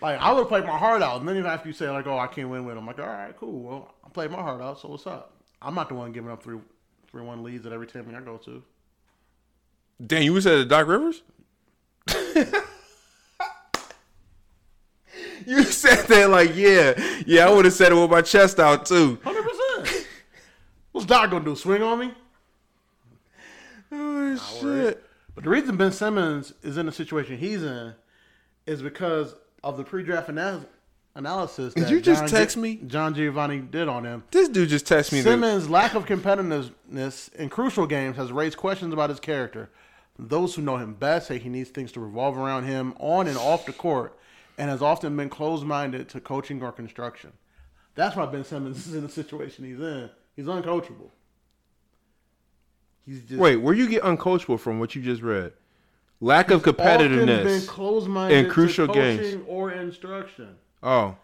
Like I would play my heart out, and then even after you say like, "Oh, I can't win," win, I'm like, "All right, cool. Well, I played my heart out. So what's up? I'm not the one giving up three, three one leads at every team I go to. Damn, you was at Doc Rivers. you said that like yeah, yeah. I would have said it with my chest out too. Hundred percent. What's Doc gonna do? Swing on me? Oh shit! But the reason Ben Simmons is in the situation he's in is because of the pre-draft ana- analysis. Did that you just John text me? John Giovanni did on him. This dude just texted me. that- Simmons' lack of competitiveness in crucial games has raised questions about his character. Those who know him best say he needs things to revolve around him on and off the court, and has often been closed-minded to coaching or construction. That's why Ben Simmons is in the situation he's in. He's uncoachable. He's just Wait, where you get uncoachable from what you just read? Lack of Often been competitiveness closed-minded in crucial to coaching games. or instruction. Oh,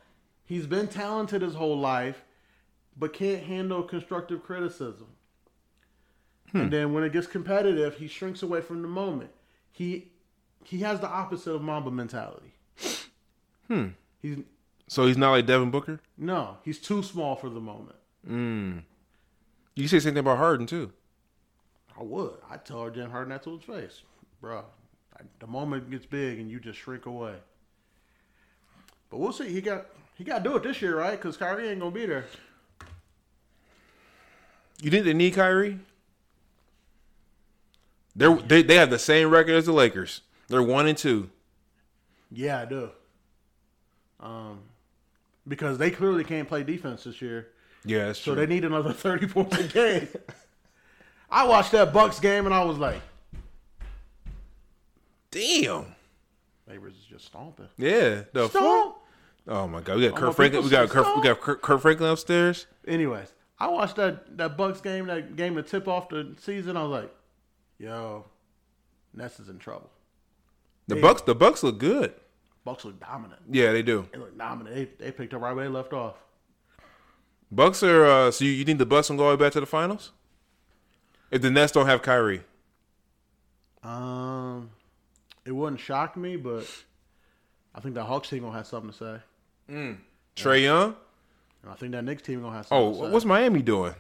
He's been talented his whole life, but can't handle constructive criticism. Hmm. And then when it gets competitive, he shrinks away from the moment. He he has the opposite of Mamba mentality. hmm. He's So he's not like Devin Booker. no, he's too small for the moment. Mm. You say the same thing about Harden too. I would. I tell Jim Harden that to his face, bro. The moment gets big and you just shrink away. But we'll see. He got he got to do it this year, right? Because Kyrie ain't gonna be there. You think they need Kyrie? They're, they they have the same record as the Lakers. They're one and two. Yeah, I do. Um, because they clearly can't play defense this year. Yeah, that's So true. they need another 30 points a game. I watched that Bucks game and I was like, damn. Neighbors is just stomping. Yeah, the Stomp. Oh my god, we got Oh, Kurt my Franklin. people We got say Kurt, we got Kurt, Kurt Franklin upstairs. Anyways, I watched that, that Bucks game, that game to tip off the season. I was like, yo, Ness is in trouble. The Yeah. Bucks. The Bucks look good. Bucks look dominant. Yeah, they do. They look dominant. They, they picked up right where they left off. Bucks are. Uh, so you, you think the Bucks will go all the way back to the finals? If the Nets don't have Kyrie, Um, It wouldn't shock me, but I think the Hawks team going to have something to say. Mm. Trey Young. And I think that Knicks team gonna have. Oh, something to say. what's Miami doing?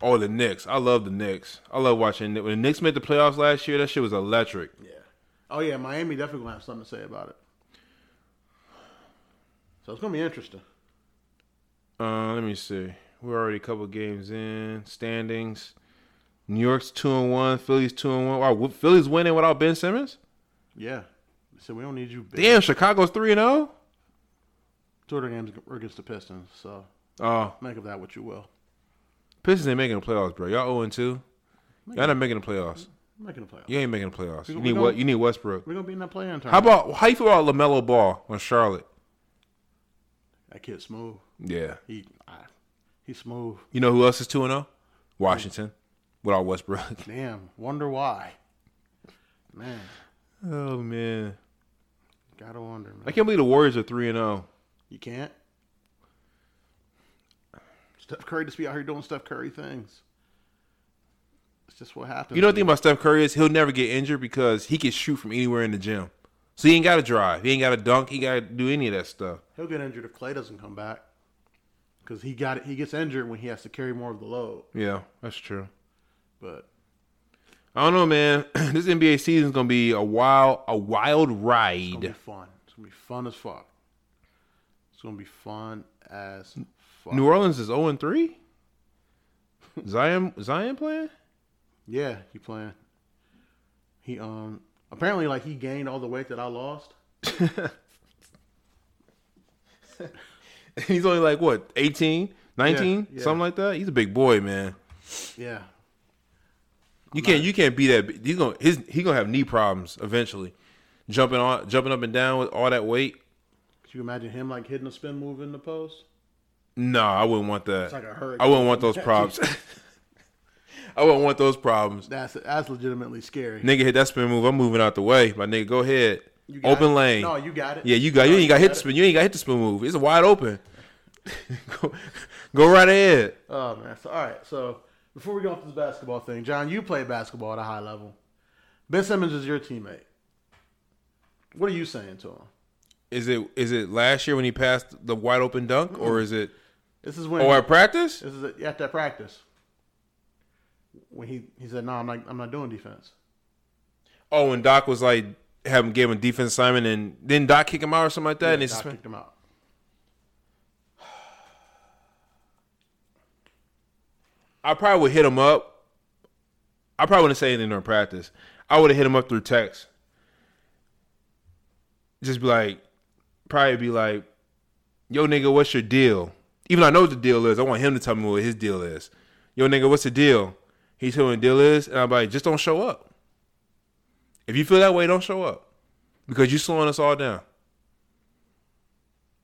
Oh, the Knicks. I love the Knicks. I love watching when the Knicks made the playoffs last year. That shit was electric. Oh yeah, Miami definitely gonna have something to say about it. So it's gonna be interesting. Uh, let me see. We're already a couple games in standings. New York's two and one. Philly's two and one. Wow, wh- Philly's winning without Ben Simmons. Yeah. So we don't need you. Big. Damn, Chicago's three and oh? zero. Two other games were against the Pistons, so Oh, make of that what you will. Pistons ain't making the playoffs, bro. Y'all zero and two. Y'all not making the playoffs. Making the playoffs. You ain't making the playoffs. We- You we need gonna- what? You need Westbrook. We're gonna be in that play-in tournament. How about how you feel about Lamelo Ball on Charlotte? that kid smooth? Yeah. He I, he's smooth. You know who else is two and zero? Washington, without Westbrook. Damn. Wonder why. Man, Oh man, gotta wonder. Man. I can't believe the Warriors are three and zero. You can't. Steph Curry just be out here doing Steph Curry things. It's just what happens. You know the thing about Steph Curry is he'll never get injured because he can shoot from anywhere in the gym. So he ain't got to drive. He ain't got to dunk. He got to do any of that stuff. He'll get injured if Clay doesn't come back, because he got he gets injured when he has to carry more of the load. Yeah, that's true. But I don't know, man. this NBA season's gonna be a wild, a wild it's gonna ride. be fun. It's gonna be fun as fuck. It's gonna be fun as fuck. New Orleans is zero and three. Zion, Zion playing? Yeah, he playing. He um apparently like he gained all the weight that I lost. He's only like what 18, 19? Yeah, yeah. something like that. He's a big boy, man. Yeah, You can't you can't be that. He's gonna his he gonna have knee problems eventually. Jumping on jumping up and down with all that weight. could you imagine him like hitting a spin move in the post? No, I wouldn't want that. It's like a hurricane. I wouldn't want those problems. I wouldn't want those problems. That's that's legitimately scary. Nigga hit that spin move. I'm moving out the way. My nigga, go ahead. You got Open it. lane. No, you got it. Yeah, you got. No, you ain't you got, hit got the it. spin. You ain't got hit the spin move. It's wide open. go, go right ahead. Oh man, so all right, so Before we go off this basketball thing, John, you play basketball at a high level. Ben Simmons is your teammate. What are you saying to him? Is it is it last year when he passed the wide open dunk, or is it? This is when. Or at practice? This is at, at that practice. When he, he said, "No, I'm not. I'm not doing defense." Oh, when Doc was like having gave him defense assignment, and then Doc kick him out or something like that, Yeah, and it's Doc kicked him out. I probably would hit him up. I probably wouldn't say anything during practice. I would have hit him up through text. Just be like, probably be like, yo, nigga, what's your deal? Even though I know what the deal is. I want him to tell me what his deal is. Yo, nigga, what's the deal? He told me the deal is. And I'm like, just don't show up. If you feel that way, don't show up because you slowing us all down.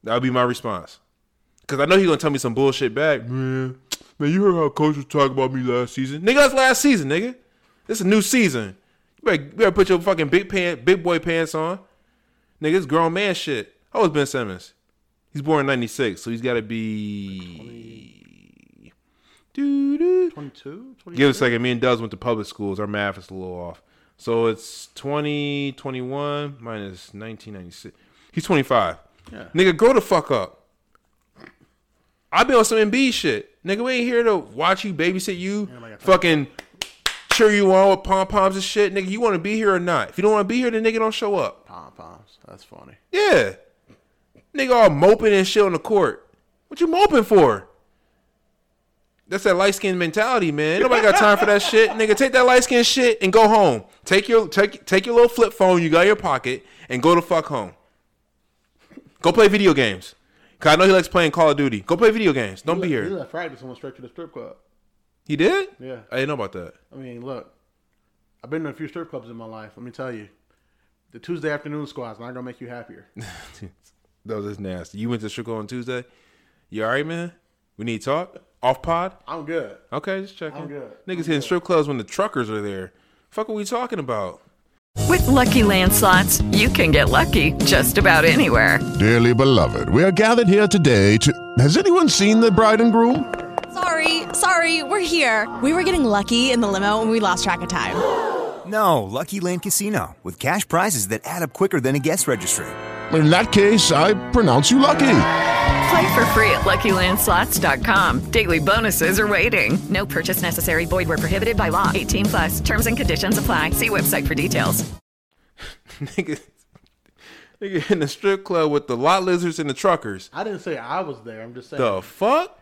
That would be my response. Because I know he's going to tell me some bullshit back. Man, man, you heard how coach was talking about me last season. Nigga, that's last season, nigga. This is a new season. You better, you better put your fucking big pant, big boy pants on. Nigga, it's grown man shit. How old is Ben Simmons? He's born in 96, so he's got to be... Twenty-two. Give it a second. Me and Duz went to public schools. Our math is a little off. So it's 20, 21 minus 1996. He's 25. Yeah. Nigga, grow the fuck up. I be on some MB shit. Nigga, we ain't here to watch you, babysit you, fucking cheer you on with pom poms and shit. Nigga, you want to be here or not? If you don't want to be here, then nigga don't show up. Pom poms. That's funny. Yeah. Nigga all moping and shit on the court. What you moping for? That's that light skinned mentality, man. Nobody got time for that shit. Nigga, take that light skinned shit and go home. Take your take take your little flip phone you got in your pocket and go the fuck home. Go play video games. Cause I know he likes playing Call of Duty. Go play video games. Don't he be left- He here. left practice and went straight to the strip club. He did? Yeah. I didn't know about that. I mean, look, I've been to a few strip clubs in my life. Let me tell you, the Tuesday afternoon squad's not gonna make you happier. that was just nasty. You went to Chicago on Tuesday. You all right, man? We need to talk off pod. I'm good. Okay, just checking. I'm good. Niggas hitting strip clubs when the truckers are there. Fuck, are we talking about? With Lucky Land slots, you can get lucky just about anywhere. Dearly beloved, we are gathered here today to. Has anyone seen the bride and groom? Sorry, sorry, we're here. We were getting lucky in the limo and we lost track of time. No, Lucky Land Casino with cash prizes that add up quicker than a guest registry. In that case, I pronounce you lucky. Play for free at LuckyLandSlots.com. Daily bonuses are waiting. No purchase necessary. Void where prohibited by law. 18 plus. Terms and conditions apply. See website for details. Niggas, nigga in the strip club with the lot lizards and the truckers. I didn't say I was there. I'm just saying. The fuck,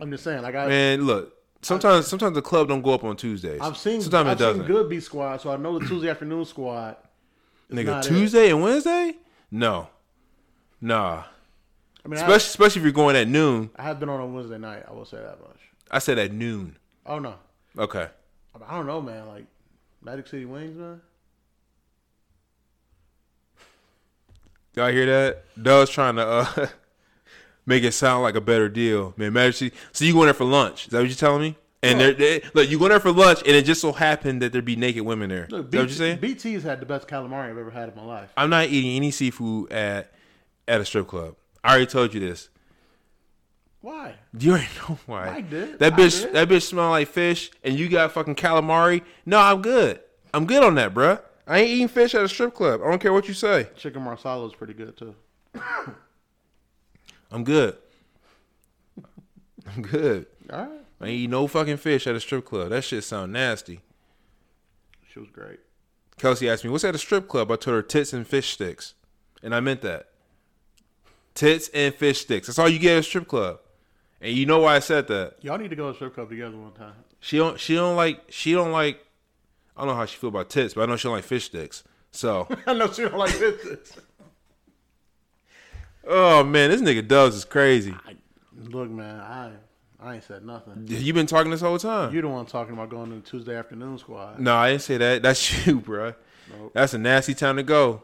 I'm just saying. Like I, man! Look, sometimes sometimes the club don't go up on Tuesdays. I've seen. sometimes I've it doesn't. seen good B squad, so I know the Tuesday afternoon squad. is Nigga, not it. Tuesday and Wednesday? No, nah. I mean, especially I, especially if you're going at noon. I have been on a Wednesday night. I will say that much. I said at noon. Oh no, Okay. I don't know, man. Like Magic City Wings, man. Y'all hear that? Doug's trying to uh, make it sound like a better deal, man. Magic City. So you going there for lunch? Is that what you're telling me? And they're, they look, you going there for lunch, and it just so happened that there be naked women there. Look, Is that what you're saying? BT's had the best calamari I've ever had in my life. I'm not eating any seafood at at a strip club. I already told you this. Why? You already know why. I did. That I bitch. did. That bitch smell like fish, and you got fucking calamari. No, I'm good. I'm good on that, bruh. I ain't eating fish at a strip club. I don't care what you say. Chicken marsala is pretty good too. I'm good. I'm good. All right, I ain't eat no fucking fish at a strip club. That shit sound nasty. she was great. Kelsey asked me, "What's at a strip club?" I told her tits and fish sticks, and I meant that. Tits and fish sticks. That's all you get at a strip club. And you know why I said that? Y'all need to go to strip club together one time. She don't. She don't like. She don't like. I don't know how she feel about tits, but I know she don't like fish sticks. So, I know she don't like this. oh man, this nigga Dubs is crazy. Look, man, I I ain't said nothing. You been talking this whole time. You the one talking about going to the Tuesday afternoon squad. No, I didn't say that. That's you, bro. Nope. That's a nasty time to go.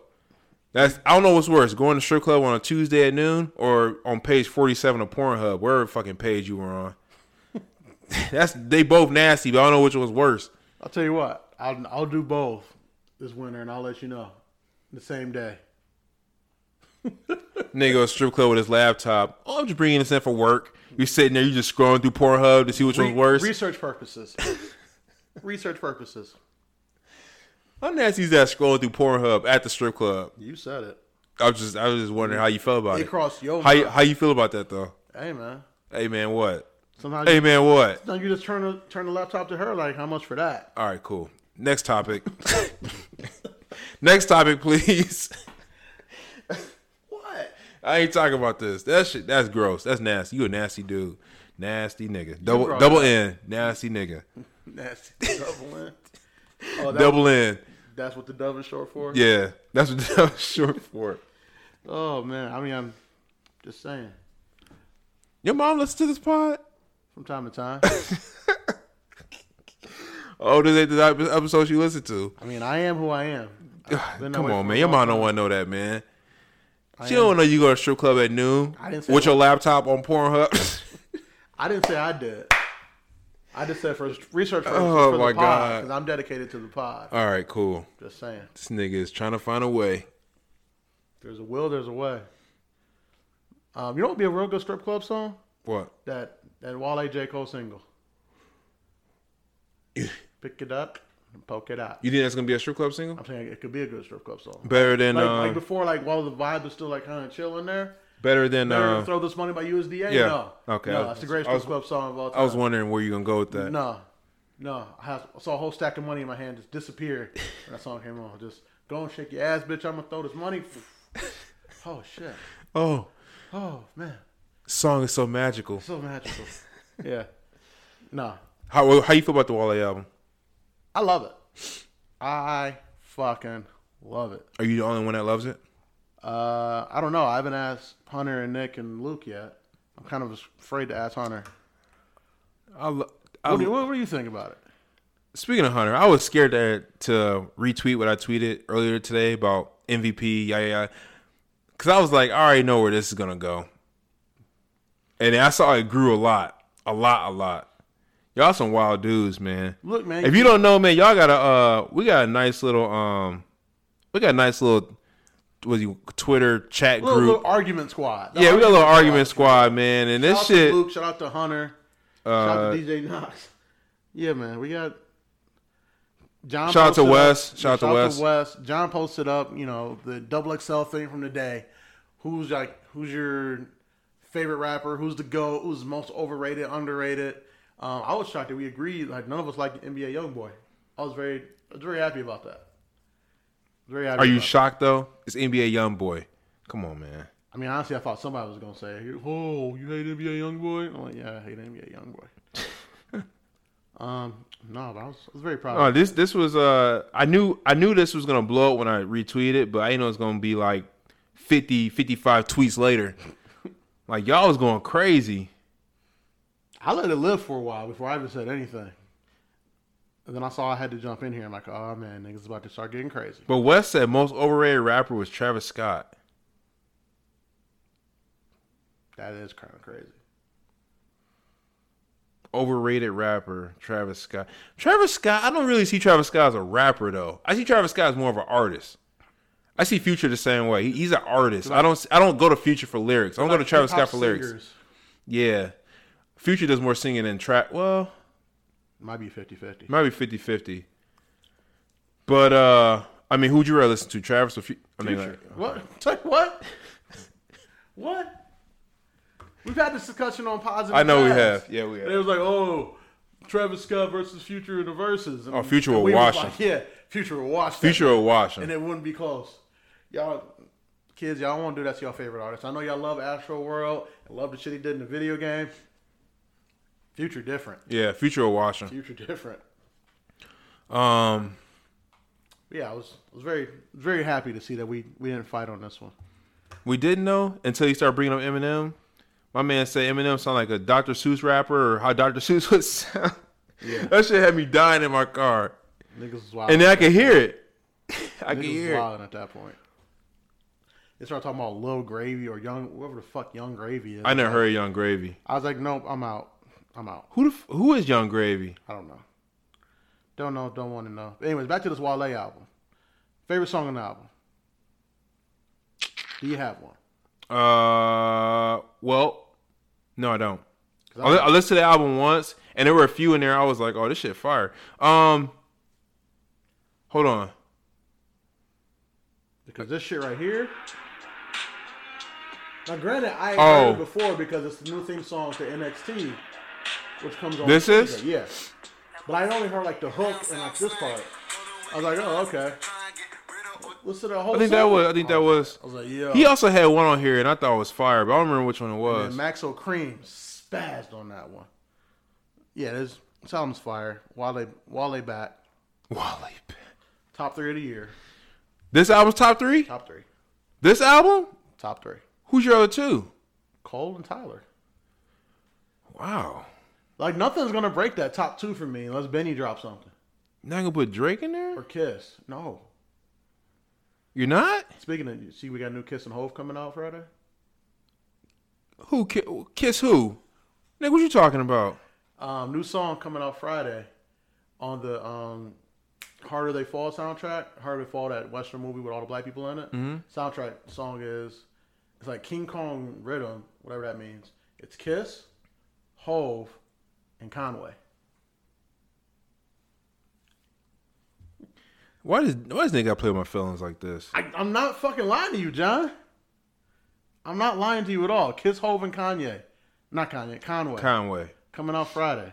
That's I don't know what's worse, going to strip club on a Tuesday at noon or on page forty seven of Pornhub, wherever fucking page you were on. That's they both nasty, but I don't know which was worse. I'll tell you what, I'll I'll do both this winter, and I'll let you know the same day. Nigga go to a strip club with his laptop. Oh, I'm just bringing this in for work. You're sitting there, you just scrolling through Pornhub to see which Re- one's worse. Research purposes. research purposes. How nasty's that scrolling through Pornhub at the strip club? You said it. I was just, I was just wondering how you felt about it. It crossed your how, you, mind. how you feel about that though? Hey man. Hey man, what? Sometimes hey you- man, what? Sometimes you just turn the turn the laptop to her. Like how much for that? All right, cool. Next topic. Next topic, please. What? I ain't talking about this. That shit. That's gross. That's nasty. You a nasty dude. Nasty nigga. Double brought double it N. Nasty nigga. Nasty double in. Oh, that- double N. That's what the dove is short for. Yeah, that's what that was short for. Oh man. I mean, I'm just saying. Your mom listens to this pod. From time to time. Oh, this ain't the type of episode she listened to. I mean, I am who I am. I've been that Come way on, for man. a Your long mom don't time. want to know that, man. I She am- don't know you go to a strip club at noon I didn't say with that. your laptop on Pornhub. I didn't say I did. I just said for research purposes Oh, for my the God. Uh, pod because I'm dedicated to the pod. All right, cool. Just saying. This nigga is trying to find a way. There's a will, there's a way. Um, you know what would be a real good strip club song? What? That that Wale J. Cole single. Pick it up and poke it out. You think that's gonna be a strip club single? I'm saying it could be a good strip club song. Better than like, um, like before, like while the vibe is still like kind of chill in there. better than Better uh, than throw this money by USDA. yeah. No. Okay. No, it's the greatest I was- strip club song of all time. I was wondering where you gonna go with that. No, no. I have, I saw a whole stack of money in my hand just disappear when that song came on. Just go and shake your ass, bitch. I'm gonna throw this money. Oh shit. Oh, Oh man, song is so magical. so magical. Yeah. No, How how you feel about the Wale album? I love it. I fucking love it. Are you the only one that loves it? Uh, I don't know. I haven't asked Hunter and Nick and Luke yet. I'm kind of afraid to ask Hunter. I, lo- I What do, you- what do you think about it? Speaking of Hunter, I was scared to, to retweet what I tweeted earlier today about MVP, yada yada. Because I was like, I already know where this is going to go. And I saw it grew a lot, a lot, a lot. Y'all some wild dudes, man. Look, man, If you don't know, man, y'all got a, uh, we got a nice little, um, we got a nice little, was you Twitter chat Little, group? little argument squad. The yeah, we got a little argument argument squad, man. And this shout out shit, to Luke. Shout out to Hunter. shout out uh, to DJ Knox. Yeah, man, we got John. Shout out to posted Wes. up- Shout out to Wes. John posted up, you know, the double XL thing from the day. Who's like, who's your favorite rapper? Who's the goat? Who's the most overrated, underrated? Um, I was shocked that we agreed. Like none of us liked NBA YoungBoy. I was very, I was very happy about that. Very happy. are you about that. shocked though? It's NBA Young Boy. Come on, man. I mean, honestly, I thought somebody was gonna say, "Oh, you hate NBA YoungBoy?" I'm like, "Yeah, I hate NBA YoungBoy." um, no, but I was, I was very proud. No, of it. this this was uh I knew I knew this was gonna blow up when I retweeted, it, but I didn't know it's gonna be like 50, 55 tweets later. like y'all was going crazy. I let it live for a while before I even said anything. And then I saw I had to jump in here. I'm like, "Oh man, niggas about to start getting crazy." But West said most overrated rapper was Travis Scott. That is kind of crazy. Overrated rapper, Travis Scott. Travis Scott, I don't really see Travis Scott as a rapper though. I see Travis Scott as more of an artist. I see Future the same way. He- he's an artist. I don't I don't go to Future for lyrics. I don't go to Travis Scott Hip-hop for lyrics. singers Yeah. Future does more singing than trap. Well, Might be 50-50. Might be 50 50. But, uh, I mean, who'd you rather listen to? Travis or Future? I mean, Future. like, What? what? what? We've had this discussion on positive. I know we have. Yeah, we have. It was like, oh, Travis Scott versus Future in the verses. And Oh, Future and will we wash was like, Yeah, Future will wash. that. Future will wash him. and it wouldn't be close. Y'all, kids, y'all want to do that to your favorite artist. I know y'all love Astro World and love the shit he did in the video game. Future different. yeah, Future will wash him. Future different. Um, Yeah, I was I was very very happy to see that we we didn't fight on this one. we didn't know until you started bringing up Eminem. My man said Eminem sound like a Dr. Seuss rapper or how Dr. Seuss would sound. That shit had me dying in my car. Niggas was wild. And then I could hear it. I Niggas could was hear it. wildin' at that point. They started talking about Lil Gravy or Young, whoever the fuck Young Gravy is. I never heard of Young Gravy. I was like, nope, I'm out. I'm out. Who the, f- who is Young Gravy? I don't know. Don't know. Don't want to know. But anyways, back to this Wale album. Favorite song on the album? Do you have one? Uh, well, no, I don't. 'Cause I- I, li- I listened to the album once, and there were a few in there. I was like, "Oh, this shit fire." Um, hold on. Because this shit right here. Now, granted, I had Oh. heard it before because it's the new theme song to NXT, which comes on. This is? Tuesday, yeah. But I only heard like the hook and like this part. I was like, oh okay. Listen to the whole. I think that song. Oh, was. I think that was. I was like, yo. He also had one on here, and I thought it was fire, but I don't remember which one it And was. then Max O'Cream spazzed on that one. Yeah, this, this album's fire. Wale, Wale back. Wale back. Top three of the year. This album's top three. Top three. This album. Top three. Who's your other two? Cole and Tyler. Wow. Like nothing's gonna break that top two for me unless Benny drops something Not gonna put Drake in there. or Kiss. No. You're not. Speaking of, you see, we got new Kiss and Hove coming out Friday. Who ki- kiss who? Nigga, what you talking about? Um, new song coming out Friday on the um, Harder They Fall soundtrack. Harder They Fall, that Western movie with all the black people in it. Mhm. Soundtrack song is it's like King Kong rhythm, whatever that means. It's Kiss, Hove, and Conway. Why does why does nigga gotta play with my feelings like this? I, I'm not fucking lying to you, John. I'm not lying to you at all. Kiss, Hove, and Kanye. Not Kanye, Conway. Conway. Coming out Friday.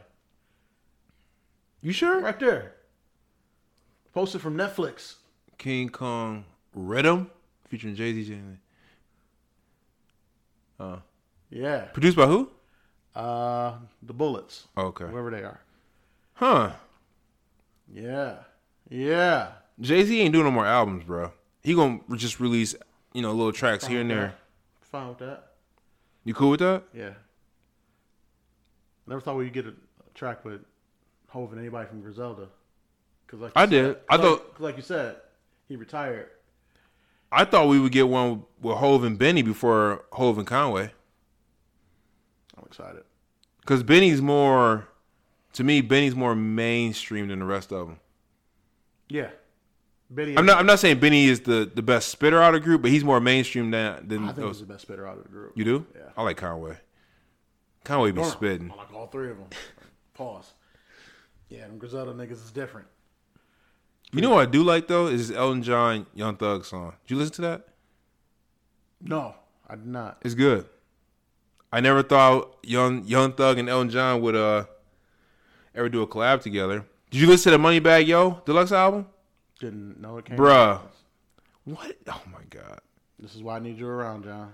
You sure? Right there. Posted from Netflix. King Kong Rhythm featuring Jay Z. Uh, Yeah. produced by who? Uh, the Bullets. Okay. Whoever they are. Huh? Yeah. Yeah. Jay Z ain't doing no more albums, bro. He gonna re- just release you know little tracks here and there. Fine with that. You cool with that? Yeah. Never thought we'd get a track with Hov and anybody from Griselda. Cause like you I did. said- I like- thought- 'cause like you said, he retired. I thought we would get one with Hove and Benny before Hove and Conway. I'm excited. Cause Benny's more, to me, Benny's more mainstream than the rest of them. Yeah. Benny. I'm not. I'm not saying Benny is the, the best spitter out of the group, but he's more mainstream than than I think those. he's the best spitter out of the group. You do? Yeah. I like Conway. Conway be Norm. spitting. I like all three of them. Pause. Yeah, them Griselda niggas is different. You know what I do like though is this Elton John Young Thug song. Did you listen to that? No, I did not. It's good. I never thought Young Young Thug and Elton John would uh ever do a collab together. Did you listen to the Moneybag Yo deluxe album? Didn't know it came. Bruh. out. What? Oh my god. This is why I need you around, John.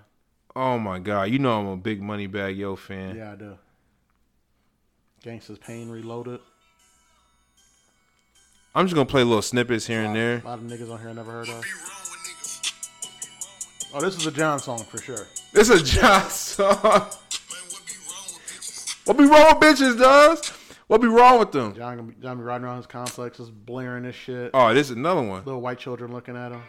Oh my god. You know I'm a big Moneybag Yo fan. Yeah, I do. Gangsta's Pain Reloaded. I'm just gonna play little snippets here and there. A lot of niggas on here I never heard of. Oh, this is a John song for sure. This is John song. What be wrong with bitches, does? What be wrong with them? John gonna be, John be riding around his complex, just blaring this shit. Oh, this is another one. Little white children looking at him.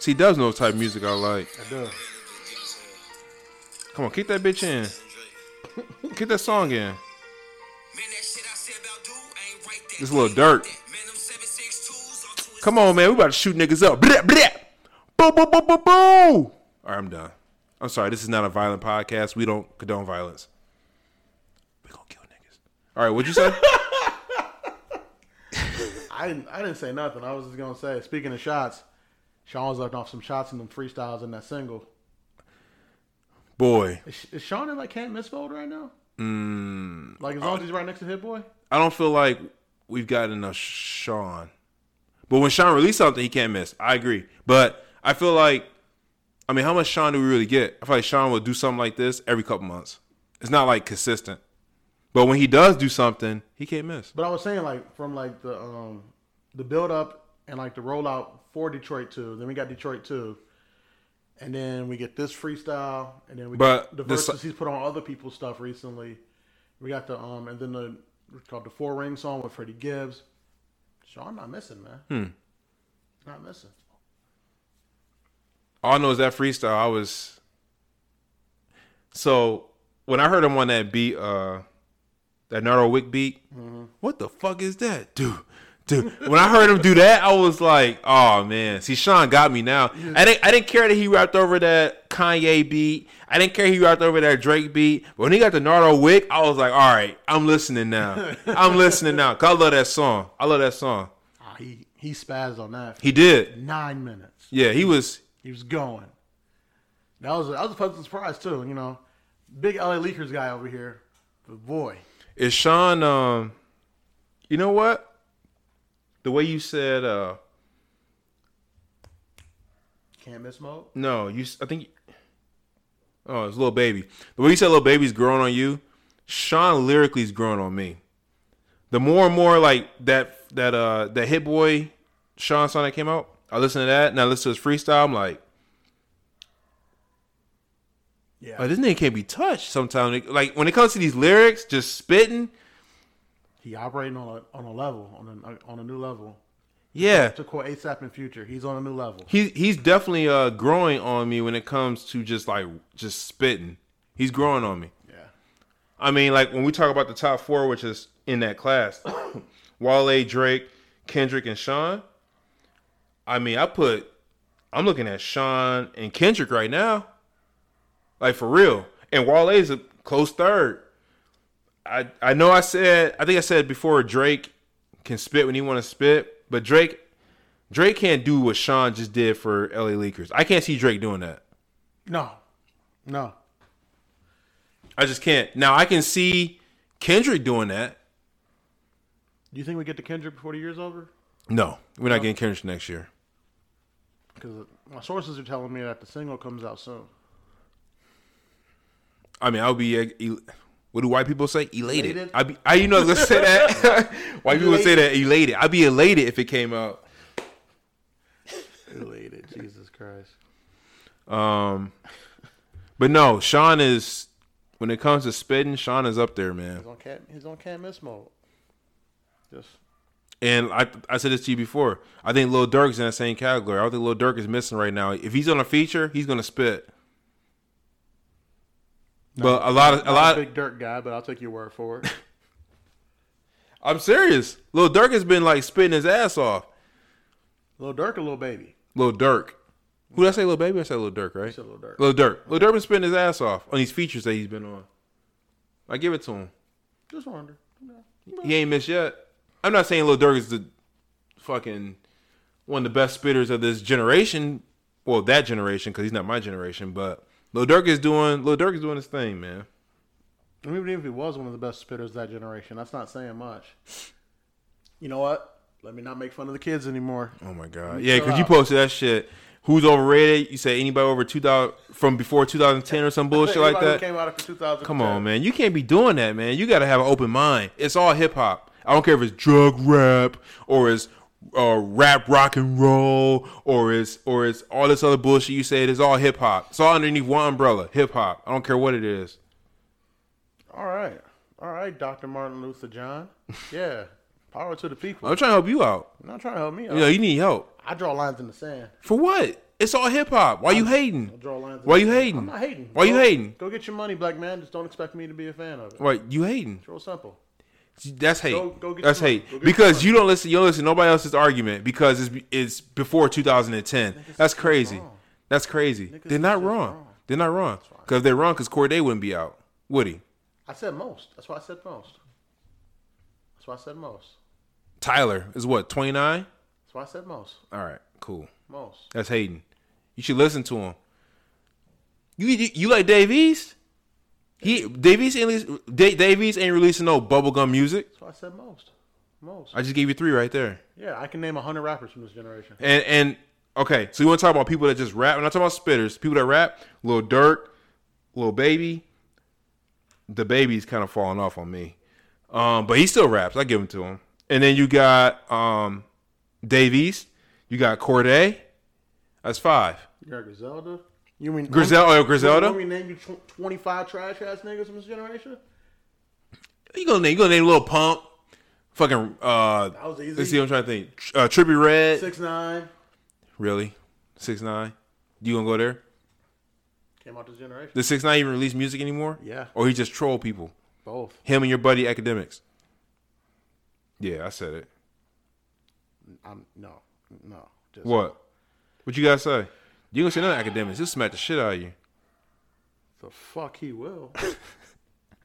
See, he does know what type of music I like. I do. Come on, kick that bitch in. Kick that song in. This little dirt. Come on, man. We about to shoot niggas up. Blah, blah. Boo, boo, boo, boo, boo. All right, I'm done. I'm sorry. This is not a violent podcast. We don't condone violence. We gonna kill niggas. All right, what'd you say? I didn't, I didn't say nothing. I was just gonna say. Speaking of shots, Sean's left off some shots and them freestyles in that single. Boy. Is, is Sean in like can't miss mode right now? Mm, Like as long as he's right next to Hit Boy. I don't feel like we've gotten enough Sean. But when Sean released something, he can't miss. I agree. But I feel like, I mean, how much Sean do we really get? I feel like Sean will do something like this every couple months. It's not like consistent. But when he does do something, he can't miss. But I was saying like from like the um the build up and like the rollout for Detroit two. Then we got Detroit two, and then we get this freestyle, and then we But got the this- verses he's put on other people's stuff recently. We got the um and then the it's called the four ring song with Freddie Gibbs. Sean not missing man, Hmm. not missing. All I know is that freestyle. I was so when I heard him on that beat, uh that Narrow Wick beat, what the fuck is that, dude? Dude, when I heard him do that, I was like, "Oh man, see, Sean got me now." I didn't, I didn't care that he rapped over that Kanye beat. I didn't care he rapped over that Drake beat. But when he got the Nardo Wick, I was like, "All right, I'm listening now. I'm listening now." Cause I love that song. I love that song. Ah, he he spazzed on that. He did. nine minutes. Yeah, he was. He was going. That was a, that was a pleasant surprise too. You know, big LA Leakers guy over here, but boy, Is Sean? Um, you know what? The way you said, uh, can't miss mode. No, you. s- I think. Oh, it's little baby. The way you said little baby's growing on you, Sean lyrically is growing on me. The more and more like that that uh that Hit Boy Sean song that came out, I listen to that and I listen to his freestyle. I'm like, yeah, like, this nigga can't be touched. Sometimes like when it comes to these lyrics, just spitting. He operating on a on a level on a on a new level. Yeah, To quote ASAP in future, he's on a new level. he he's definitely uh growing on me when it comes to just like just spitting. He's growing on me. Yeah. I mean, like when we talk about the top four, which is in that class, Wale, Drake, Kendrick, and Sean. I mean, I put I'm looking at Sean and Kendrick right now. Like for real. And Wale is a close third. I I know I said I think I said before Drake can spit when he want to spit, but Drake Drake can't do what Sean just did for LA Leakers. I can't see Drake doing that. No, no, I just can't. Now I can see Kendrick doing that. Do you think we get to Kendrick before the year's over? No, we're not getting Kendrick next year. Because my sources are telling me that the single comes out soon. I mean, I'll be. uh, el- What do white people say? Elated. Elated? I be. I you know I was gonna say that. white people say that elated. I'd be elated if it came out. Elated, Jesus Christ. Um, but no, Sean is. When it comes to spitting, Sean is up there, man. He's on cat. He's on cat miss mode. Just And I I said this to you before. I think Lil Durk's in that same category. I don't think Lil Durk is missing right now. If he's on a feature, he's gonna spit. but a lot of a not lot. big dirt guy, but I'll take your word for it. I'm serious. Lil Durk has been like spitting his ass off. little Dirk, a little baby. Lil Durk. Who did I say, Lil Baby? I said Lil Durk, right? said Lil Durk. Lil Durk. Lil Durk been spitting his ass off on these features that he's been on. I give it to him. Just wonder. He ain't missed yet. I'm not saying Lil Durk is the fucking one of the best spitters of this generation. Well, that generation, because he's not my generation. But Lil Durk is doing Lil Durk is doing his thing, man. I mean, even if he was one of the best spitters of that generation, that's not saying much. You know what? Let me not make fun of the kids anymore. Oh my God, Yeah, because you posted that shit. Who's overrated? You say anybody over 2000 from before 2010 or some bullshit like Everybody that. who came out after 2010. Come on, man. You can't be doing that, man. You got to have an open mind. It's all hip hop. I don't care if it's drug rap or it's uh, rap rock and roll or it's or it's all this other bullshit you say. It's all hip hop. It's all underneath one umbrella, hip hop. I don't care what it is. All right, all right, Doctor Martin Luther John. Yeah, power to the people. I'm trying to help you out. You're not trying to help me. You out. know, you need help I draw lines in the sand. for what? It's all hip hop. Why you hating? I draw lines. in Why the you sand. hating? I'm not hating. Why you Go- hating? Go get your money, black man. Just don't expect me to be a fan of it. Why you hating? It's real simple. That's hate. Go- go get That's your- hate go get because you don't listen. You don't listen to nobody else's argument because it's it's before 2010. That's crazy. That's crazy. They're not wrong. They're not wrong because they're wrong because Corday wouldn't be out, would he? I said most. That's why I said most. That's why I said most. Tyler is what 29. That's why I said most. All right, cool. Most. Uh, That's Hayden. You should listen to him. You you, you like Dave East? He Dave East ain't releas- Da- Dave East ain't releasing no bubblegum music. That's why I said most. Most. I just gave you three right there. yeah, I can name hundred rappers from this generation. And and okay, so you want to talk about people that just rap? We're not talking about spitters. People that rap, Lil Durk, Lil Baby. The baby's kind of falling off on me, um, but he still raps. I give him to him. And then you got um, Dave East. You got Corday. That's five. You got Griselda. You mean Grisel- oh, Griselda? You want me to name you tw- twenty-five trash ass niggas from this generation? You gonna name? You gonna name Lil Pump? Fucking. Uh, That was easy. Let's see. What I'm trying to think. Tr- Uh, Trippy Red. Six nine Really? Six nine. You gonna go there? came out this generation. Does Six Nine even release music anymore? Yeah. Or he just troll people? Both. Him and your buddy academics. Yeah, I said it. I'm no, no. Just, What? What you gotta say? You gonna say no academics? Just smack the shit out of you. The fuck he will.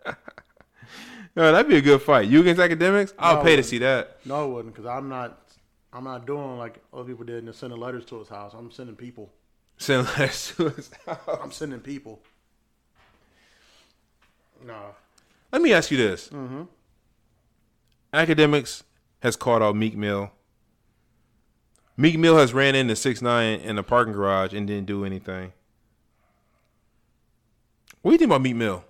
No, that'd be a good fight. You against academics? I'll No, it pay to wouldn't. see that. No, it wouldn't, because I'm not. I'm not doing like other people did and sending letters to his house. I'm sending people. Send letters to us. I'm sending people. No. Let me ask you this: Mm-hmm. Academics has called out Meek Mill. Meek Mill has ran into six nine in a parking garage and didn't do anything. What do you think about Meek Mill?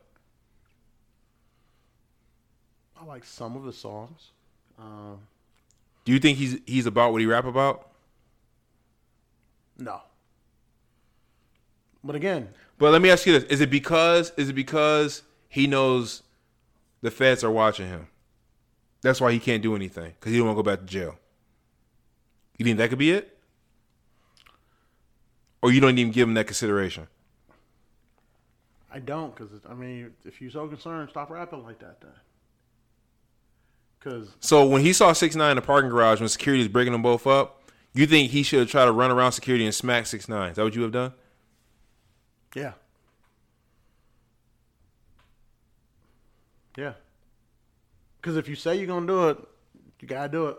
I like some of the songs. Um, Do you think he's he's about what he rap about? no. But again, But let me ask you this: Is it because is it because he knows the feds are watching him? That's why he can't do anything because he don't want to go back to jail. You think that could be it, or you don't even give him that consideration? I don't, because I mean, if you're so concerned, stop rapping like that then. Because So when he saw six nine in the parking garage when security was breaking them both up, you think he should have tried to run around security and smack six nine? Is that what you have done? yeah, yeah. Because if you say you're gonna do it, you gotta do it.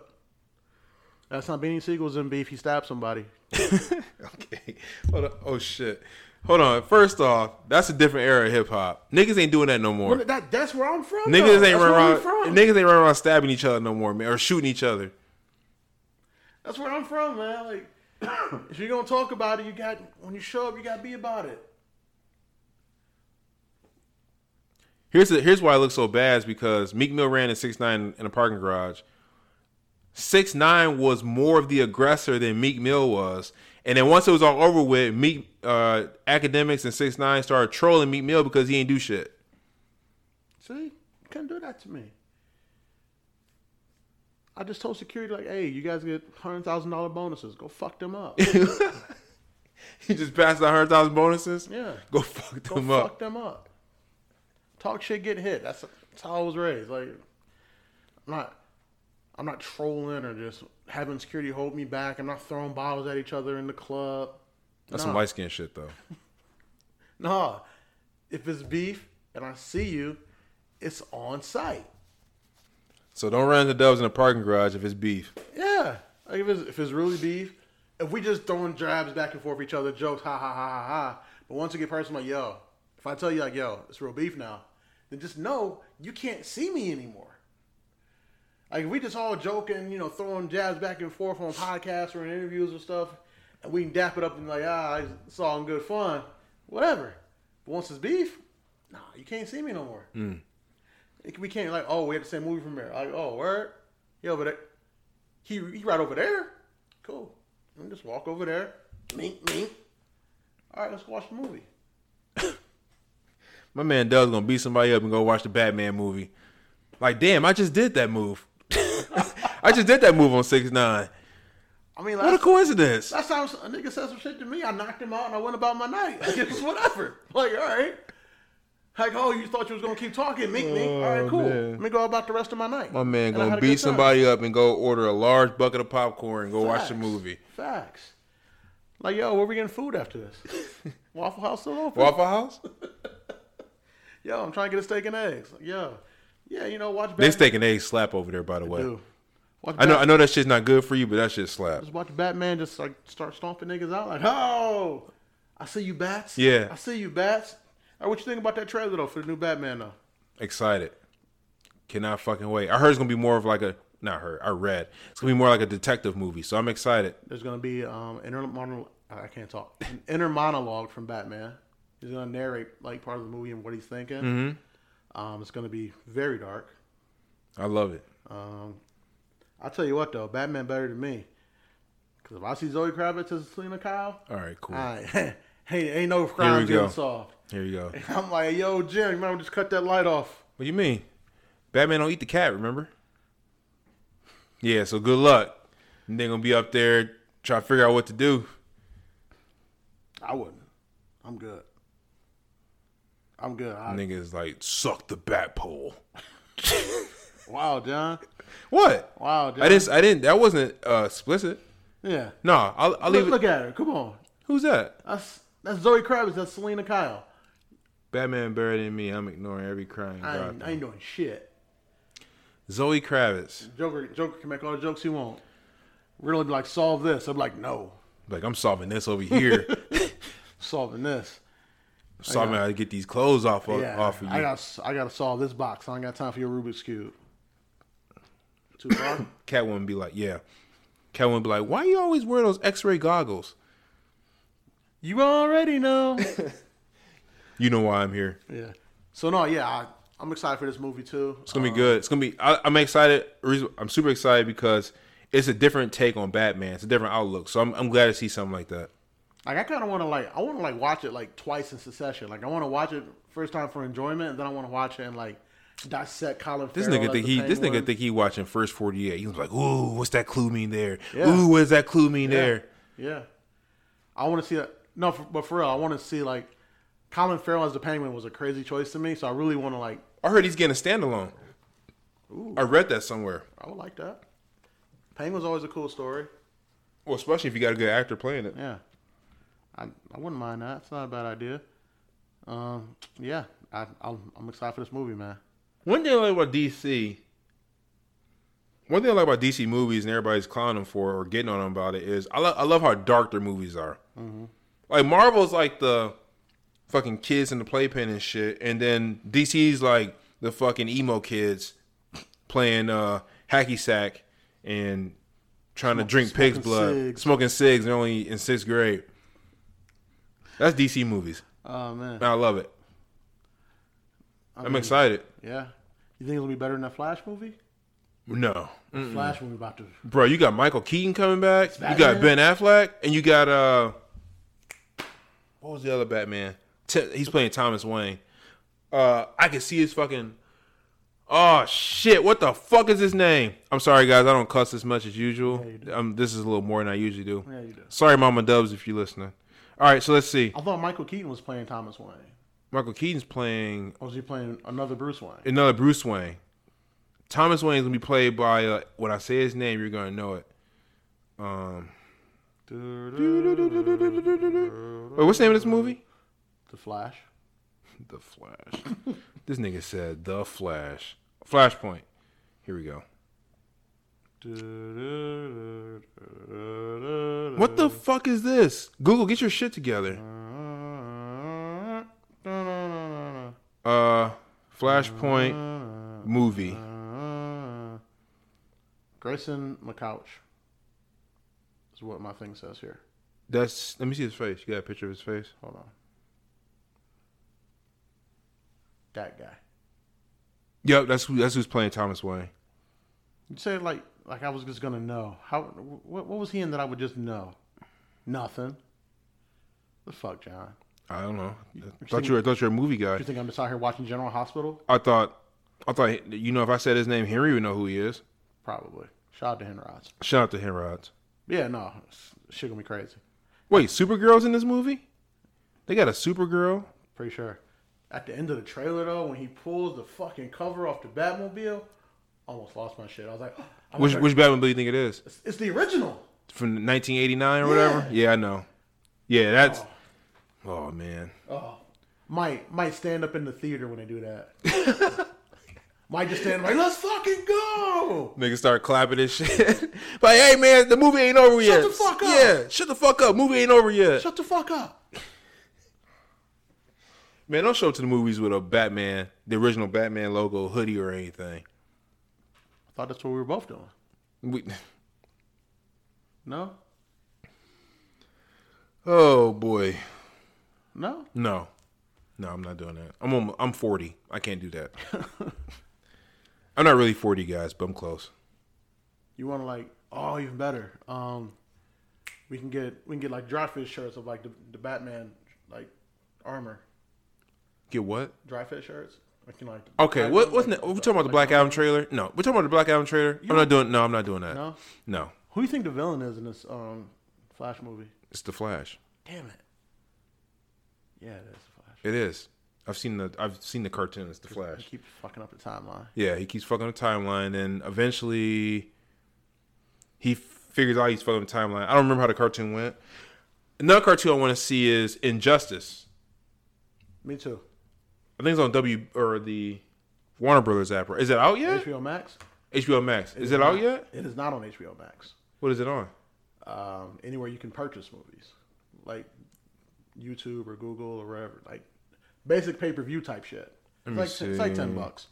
That's not Beanie Siegel's in beef. He stabbed somebody. okay. Hold on. Oh shit. Hold on. First off, that's a different era of hip hop. Niggas ain't doing that no more. But that, that's where I'm from. though. Niggas ain't That's run where we around. From. Niggas ain't run around stabbing each other no more, man, or shooting each other. That's where I'm from, man. Like, if you're gonna talk about it, you got when you show up, you gotta be about it. Here's the, here's why I look so bad is because Meek Mill ran in six nine in a parking garage. Six nine was more of the aggressor than Meek Mill was, and then once it was all over with, Meek uh, academics and six nine started trolling Meek Mill because he ain't do shit. See, you couldn't do that to me. I just told security, like, hey, you guys get hundred thousand dollar bonuses. Go fuck them up. He just passed the hundred thousand bonuses. Yeah. go fuck Go them fuck up. them up. Talk shit, get hit. That's that's how I was raised. Like, I'm not, I'm not trolling or just having security hold me back. I'm not throwing bottles at each other in the club. That's Nah. some light skin shit though. Nah, if it's beef and I see you, it's on site. So don't run into dubs in a parking garage if it's beef. Yeah, like if it's if it's really beef, if we just throwing jabs back and forth each other, jokes, ha ha ha ha ha. But once it get personal, like yo, if I tell you like yo, it's real beef now, then just know you can't see me anymore. Like if we just all joking, you know, throwing jabs back and forth on podcasts or in interviews or stuff, and we can dap it up and like ah, it's all in good fun, whatever. But once it's beef, nah, you can't see me no more. Mm. It- We can't like oh we had the same movie premiere. Like oh word, he over there, he he right over there. Cool. Let me just walk over there. Mink mink. All right, let's watch the movie. My man Doug's gonna beat somebody up and go watch the Batman movie. Like, damn, I just did that move. I just did that move on six nine. I mean, What a coincidence. Last time a nigga said some shit to me, I knocked him out and I went about my night. Like, it was whatever. Like all right. Like oh, you thought you was gonna keep talking, mink mink. All right, Oh, cool. man. Let me go about the rest of my night. My man And I had gonna a beat good time. somebody up and go order a large bucket of popcorn and go watch the Facts. movie. Facts. Like yo, where we getting food after this? Waffle House still open? Waffle House? Yo, I'm trying to get a steak and eggs. Like, yo, yeah, you know, watch. They Batman- steak and egg slap over there, by the way. do. Watch I know, Bat- I know that shit's not good for you, but that shit slap. Just watch Batman just like start stomping niggas out. Like, oh, I see you bats. Yeah. I see you bats. All right, what you think about that trailer though for the new Batman though? Excited, cannot fucking wait. I heard it's gonna be more of like a not heard. I read it's gonna be more like a detective movie, so I'm excited. There's gonna be um inner monologue. I can't talk. An inner monologue from Batman. He's gonna narrate like part of the movie and what he's thinking. Mhm. Um, it's gonna be very dark. I love it. Um, I'll tell you what though, Batman better than me. Cause if I see Zoe Kravitz as Selena Kyle, All right, cool. I, hey, ain't no Here we crime go. getting solved. Here we go. I'm like, yo, Jim, you remember just cut that light off. What you mean? Batman don't eat the cat, remember? Yeah, so good luck. And They're gonna be up there trying to figure out what to do. I wouldn't. I'm good. I'm good. I, Niggas like suck the bat pole. Wow, John. What? Wow, John. I didn't. I didn't. That wasn't uh, explicit. Yeah. No, I'll, I'll look, leave it. look at her. Come on. Who's that? That's that's Zoe Kravitz. That's Selena Kyle. Batman buried in me. I'm ignoring every crying. I God. ain't, I ain't doing shit. Zoe Kravitz. Joker Joker can make all the jokes he wants. We're gonna be like, solve this. I'm like, no, Like I'm solving this over here. solving this. solving how to get these clothes off of, yeah, off of you. I got I gotta solve this box. I ain't got time for your Rubik's cube. Too far. Catwoman be like, yeah. Catwoman be like, why you always wear those X-ray goggles? you already know. You know why I'm here. yeah. So no, yeah, I, I'm excited for this movie too. It's gonna be good. It's gonna be. I, I'm excited. Reason- I'm super excited because it's a different take on Batman. It's a different outlook. So I'm, I'm glad to see something like that. Like I kind of want to like I want to like watch it like twice in succession. Like I want to watch it first time for enjoyment, and then I want to watch it and like dissect Colin. This Farrell nigga as think the he. This Penguin. nigga think he watching first 48. He was like, ooh, what's that clue mean there? Yeah. Ooh, what does that clue mean there? Yeah, I want to see that. No, for, but for real, I want to see like Colin Farrell as the Penguin was a crazy choice to me. So I really want to like I heard he's getting a standalone. I read that somewhere. I would like that. Penguin's always a cool story. Well, especially if you got a good actor playing it. Yeah, I I wouldn't mind that. It's not a bad idea. Um, yeah, I I'm, I'm excited for this movie, man. One thing I like about DC, one thing I like about DC movies and everybody's clowning them for or getting on them about it is I, lo- I love how dark their movies are. Like Marvel's like the fucking kids in the playpen and shit, and then DC's like the fucking emo kids playing uh, hacky sack and trying to drink pig's smoking blood, cigs. smoking cigs, and only in sixth grade. That's DC movies. Oh man, And I love it. I am mean, excited. Yeah, you think it'll be better than that Flash movie? No. Mm-mm. Flash movie about to Bro, you got Michael Keaton coming back. You got Ben Batman. Affleck, and you got uh, what was the other Batman? T- he's playing Thomas Wayne. Uh, I can see his fucking. Oh shit! What the fuck is his name? I'm sorry, guys. I don't cuss as much as usual. um, this is a little more than I usually do. Yeah, you do. Sorry, Mama Dubs, if you're listening. All right, so let's see. I thought Michael Keaton was playing Thomas Wayne. Michael Keaton's playing Or was he playing another Bruce Wayne? another Bruce Wayne. Thomas Wayne's gonna be played by uh, when I say his name, you're gonna know it. Um, wait, what's the name of this movie? The Flash. The Flash. this nigga said The Flash. Flashpoint. Here we go. What the fuck is this? Google, get your shit together. Uh, Flashpoint movie. Uh, Grayson McCouch is what my thing says here. That's. Let me see his face. You got a picture of his face? Hold on. That guy. Yep, that's who, that's who's playing Thomas Wayne. You say like like I was just gonna know how what what was he in that I would just know? Nothing. The fuck, John. I don't know. I thought you were, I thought you were a movie guy. You think I'm just out here watching General Hospital? I thought, I thought you know if I said his name, Henry would know who he is. Probably. Shout out to Henrods. Shout out to Henrods. Yeah, no, s- shit gonna be crazy. Wait, Supergirl's in this movie? They got a Supergirl. Pretty sure. At the end of the trailer though, when he pulls the fucking cover off the Batmobile, almost lost my shit. I was like, I Which wonder- which Batman do you think it is? It's the original. From 1989 or whatever? Yeah, I know. Yeah, that's. Oh man, Might might stand up in the theater when they do that. might just stand like, let's fucking go. niggas start clapping and shit. like, hey man, the movie ain't over yet. the fuck up. Yeah, shut the fuck up. Movie ain't over yet. Shut the fuck up. Man, don't show up to the movies with a Batman, the original Batman logo hoodie or anything. I thought that's what we were both doing. We, No, oh boy, no. no, no, I'm not doing that. I'm almo- I'm 40. I can't do that. I'm not really 40, guys, but I'm close. You want to like, oh, even better. Um, we can get we can get like dry fit shirts of like the, the Batman like armor Get what? dry fit shirts. We can like Okay, like, what what's like- ne- we talking about the Black Adam trailer? No, we're talking about the Black Adam trailer. I'm not doing. No, I'm not doing that. No? no, Who do you think the villain is in this um Flash movie? it's the Flash. Damn it. Yeah, it is the Flash. It is. I've seen the I've seen the cartoons, The Flash. Keep fucking up the timeline. Yeah, he keeps fucking the timeline, and eventually he figures out he's fucking the timeline. I don't remember how the cartoon went. Another cartoon I want to see is Injustice. Me too. I think it's on W or the Warner Brothers app. right? Is it out yet? HBO Max. HBO Max. Is it out not- yet? It is not on HBO Max. What is it on? Um, anywhere you can purchase movies, like YouTube or Google or wherever, like basic pay per view type shit. Let It's me like, it's like ten see. bucks.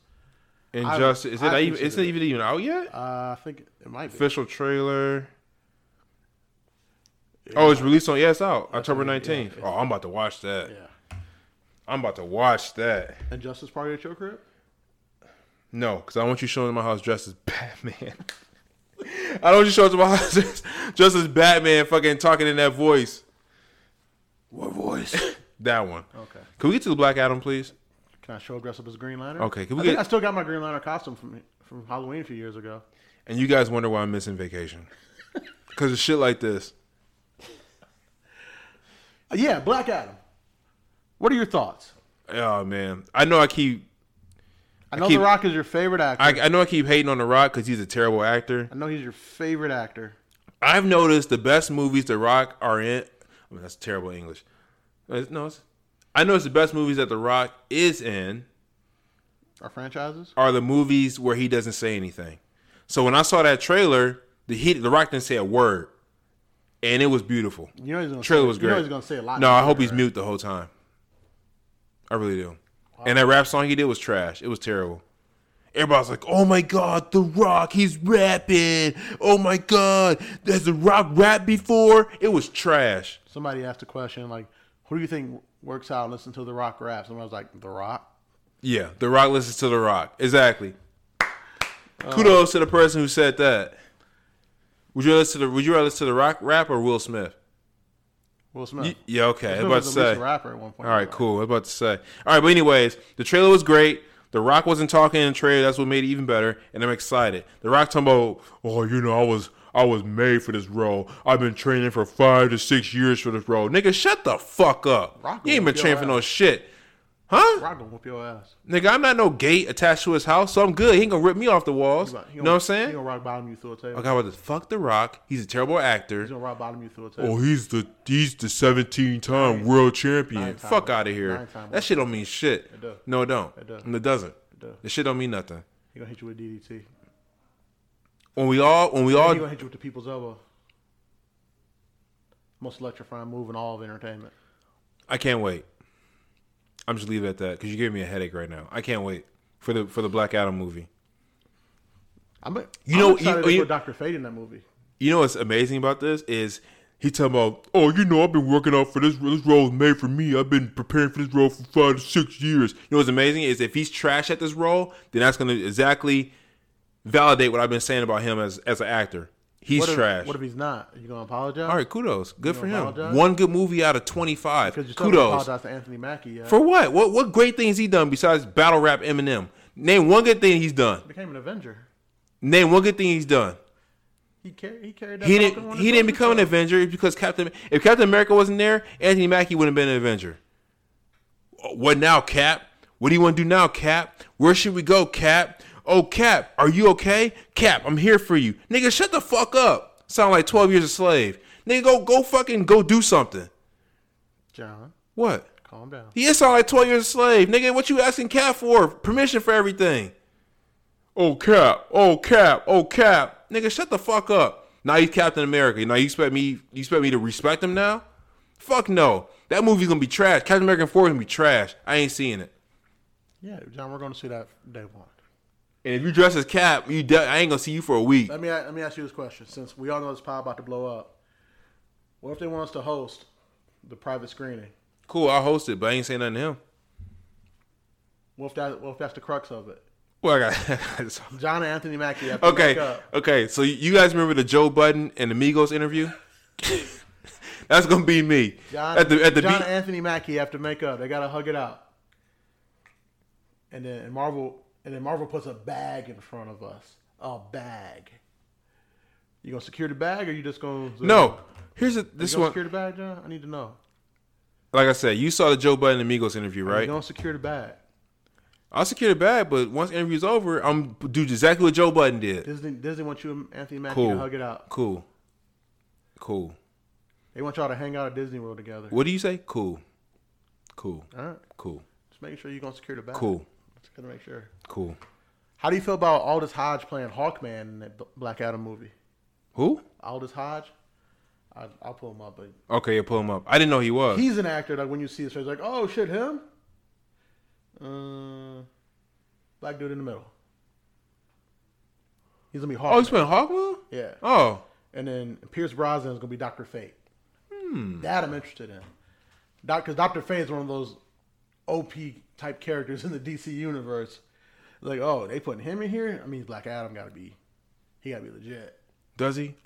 Injustice. is it I- I not even, is consider it it. even even out yet? Uh, I think it might be. Official trailer. Oh, it's released on. Yeah, it's out October yeah, nineteenth. it's- Oh, I'm about to watch that. Yeah. I'm about to watch that. Injustice party at your crib. No, because I want you showing up to my house dressed as Batman. I don't want you showing up to my house dressed- dressed as Batman, fucking talking in that voice. What voice? that one. Okay. Can we get to the Black Adam, please? Can I show dress up as Green Lantern? Okay, can we I, think get- I still got my Green Lantern costume from from Halloween a few years ago. And you guys wonder why I'm missing vacation because of shit like this. Uh, yeah, Black Adam. What are your thoughts? Oh man, I know I keep. I know keep- The Rock is your favorite actor. I, I know I keep hating on The Rock because he's a terrible actor. I know he's your favorite actor. I've noticed the best movies The Rock are in. I mean, that's terrible English. Uh, No, it's, I noticed the best movies that The Rock is in Our franchises. are the movies where he doesn't say anything. So when I saw that trailer, the he, The Rock didn't say a word, and it was beautiful. You know he's gonna trailer say- was you know great. he's gonna say a lot No, in I the hope trailer, he's mute the whole time. I really do. And that rap song he did was trash. It was terrible. Everybody's like, "Oh my god, The Rock, he's rapping! Oh my god, has The Rock rapped before?" It was trash. Somebody asked a question like, "Who do you think works out and listens to The Rock rap?" Someone was like, "The Rock." Yeah, The Rock listens to The Rock. Exactly. Uh, Kudos to the person who said that. Would you listen to the, Would you rather listen to The Rock rap or Will Smith? Will Smith. Y- yeah, okay. I Will was about Smith to was at say. least a rapper at one point. All right, cool. I was about to say. All right, but anyways, the trailer was great. The Rock wasn't talking in the trailer. That's what made it even better. And I'm excited. The Rock talking about, oh, you know, I was I was made for this role. I've been training for five to six years for this role. Nigga, shut the fuck up. Rock you ain't will been training for kill no shit. Huh? Rock gonna whoop your ass. Nigga, I'm not no gate attached to his house, so I'm good. He ain't gonna rip me off the walls. He gonna- he You gonna- know what I'm He saying? gonna rock bottom you through a table. Okay, I'm about to fuck The Rock. He's a terrible actor. He's gonna rock bottom you through a table. Oh, he's the he's the 17 time world champion. Nine-time Fuck world- out of here. nine-time That world shit don't mean shit. It do. No, it don't. It do. And It doesn't. It do. The shit don't mean nothing. He gonna hit you with DDT. When we all when we Then all he gonna hit you with the people's elbow. Most electrifying move in all of entertainment. I can't wait. I'm just leaving it at that because you gave me a headache right now. I can't wait for the for the Black Adam movie. I'm. You You know- you- I'm excited you- to put Doctor Fate in that movie. You know what's amazing about this is he talking about, oh, you know, I've been working out for this. This role is made for me. I've been preparing for this role for five to six years. You know what's amazing is if he's trash at this role, then that's going to exactly validate what I've been saying about him as as an actor. He's What if- trash. What if he's not? Are you gonna apologize? All right, kudos. Good You for gonna him. apologize? One good movie out of twenty five. Because you still haven't Kudos. apologized to Anthony Mackie yet. For what? What what great things he done besides battle rap Eminem? Name one good thing he's done. became an Avenger. Name one good thing he's done. He carried. He carried. That He Falcon didn't. on He his didn't own. become an Avenger because Captain. If Captain America wasn't there, Anthony Mackie wouldn't have been an Avenger. What now, Cap? What do you want to do now, Cap? Where should we go, Cap? Oh, Cap, are you okay? Cap, I'm here for you, nigga. Shut the fuck up. Sound like Twelve Years a Slave, nigga. Go, go, fucking go do something. John, What? calm down. He is sound like Twelve Years a Slave, nigga. What you asking Cap for? Permission for everything. Oh Cap, oh Cap, oh Cap, nigga, shut the fuck up. Now he's Captain America. Now you expect me, you expect me to respect him now? Fuck no. That movie's gonna be trash. Captain America Four gonna be trash. I ain't seeing it. Yeah, John, we're going to see that day one. And if you dress as Cap, you de- I ain't gonna see you for a week. Let me let me ask you this question: Since we all know this pod about to blow up, what if they want us to host the private screening? Cool, I'll host it, but I ain't saying nothing to him. What if that? What if that's the crux of it? Well, I got. I got this. John and Anthony Mackie. Have to make okay, up. okay. So you guys remember the Joe Budden and Amigos interview? That's gonna be me John, at the at the John beat- and Anthony Mackie have to make up. They got to hug it out. And then and Marvel and then Marvel puts a bag in front of us. A bag. You gonna secure the bag, or you just gonna No, here's a, You this gonna one. secure the bag, John? I need to know. like I said, you saw the Joe Budden Amigos interview, Right. You right? don't secure the bag. I'll secure the bag, but once the interview's over, I'm do exactly what Joe Budden did. Disney, Disney wants you and Anthony Mackie to Cool. hug it out. Cool. Cool. They want y'all to hang out at Disney World together. What do you say? Cool. Cool. All right. Cool. Just making sure you're going to secure the bag. Cool. Just got to make sure. Cool. How do you feel about Aldous Hodge playing Hawkman in that B- Black Adam movie? Who? Aldous Hodge? I, I'll pull him up, but Okay, you pull him up. I didn't know he was. he's an actor. Like when you see his face, like, oh shit, him. Uh, black dude in the middle. He's gonna be Hawkman. oh, he's playing Hawkman? Yeah. Oh. And then Pierce Brosnan is gonna be Doctor Fate. Hmm. That I'm interested in. Because Doctor Fate is one of those OP type characters in the DC universe. Like, oh, they putting him in here. I mean, Black Adam gotta be. He gotta be legit. Does he?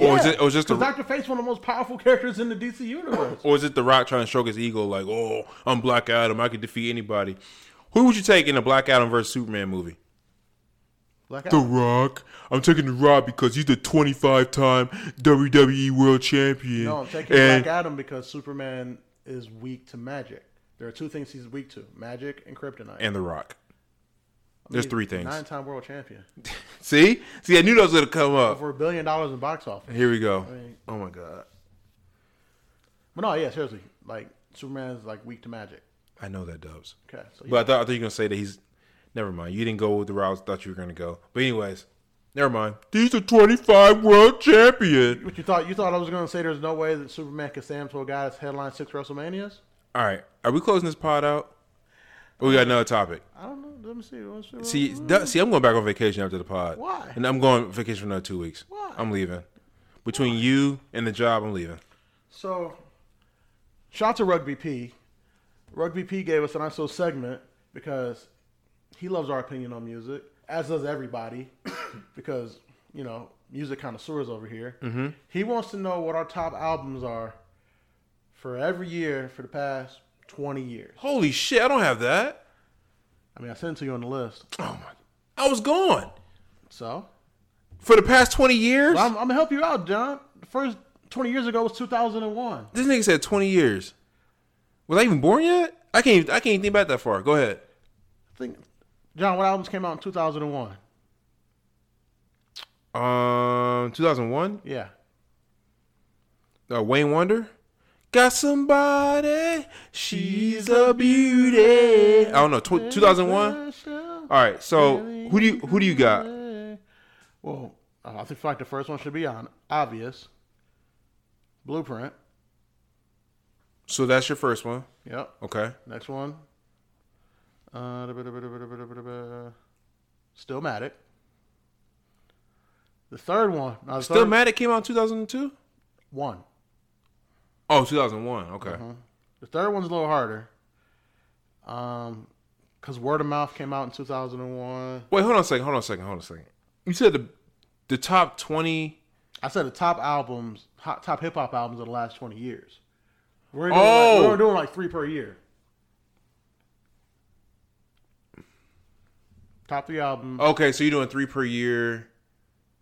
Or is it or is just the because Doctor Fate's one of the most powerful characters in the DC universe. or is it the Rock trying to stroke his ego like, oh, I'm Black Adam, I could defeat anybody. Who would you take in a Black Adam versus Superman movie? Black The Rock. I'm taking The Rock because he's the 25 time WWE E World Champion. No, I'm taking and Black Adam because Superman is weak to magic. There are two things he's weak to: magic and kryptonite. and The Rock. I mean, There's three he's a things. Nine-time world champion. See, see, I knew that was gonna come up. Over a billion dollars in box office. Here we go. I mean, Oh my god, but no, yeah, seriously, like Superman is like weak to magic. I know that Dubs. Okay, so But I thought I thought you were gonna say that he's. Never mind. You didn't go with the route I thought you were gonna go. But anyways, never mind. He's the 25 world champion. What you thought? You thought I was going to say there's no way that Superman could stand to a guy that's headlined six WrestleManias? All right, are we closing this pod out? Or we got another topic. I don't know. Let me see. Let's see. See, du- see, I'm going back on vacation after the pod. Why? And I'm going vacation for another two weeks. Why? I'm leaving. Between you and the job, I'm leaving. So, shout to Rugby P. Rugby P gave us an ISO segment because he loves our opinion on music, as does everybody, because, you know, music connoisseurs over here. Mhm. He wants to know what our top albums are for every year for the past 20 years. Holy shit, I don't have that. I mean, I sent it to you on the list. Oh, my. I was gone. So? For the past 20 years? I'm, I'm going to help you out, John. The first 20 years ago was 2001. This nigga said 20 years. Was I even born yet? I can't. Even, I can't even think back that far. Go ahead. I think, John, what albums came out in 2001? Um, 2001. Yeah. Uh, Wayne Wonder. Got somebody. She's a beauty. I don't know. Tw- 2001. All right. So who do you who do you got? Well, I think like the first one should be on obvious. Blueprint. So that's your first one. Yep. Okay. Next one. Uh, da- ba- da- ba- da- ba- da- ba- da- ba- da- ba- Stillmatic. The third one. No, the Still third- mad it came out in 2002. One. Oh, 2001. Okay. Mhm. The third one's a little harder. Um, because Word of Mouth came out in 2001. Wait, hold on a second. Hold on a second. Hold on a second. You said the the top 20. I said the top albums, hot, top hip hop albums of the last 20 years. We're doing, Oh! like, we're doing like three per year. Top three albums. Okay, so you're doing three per year.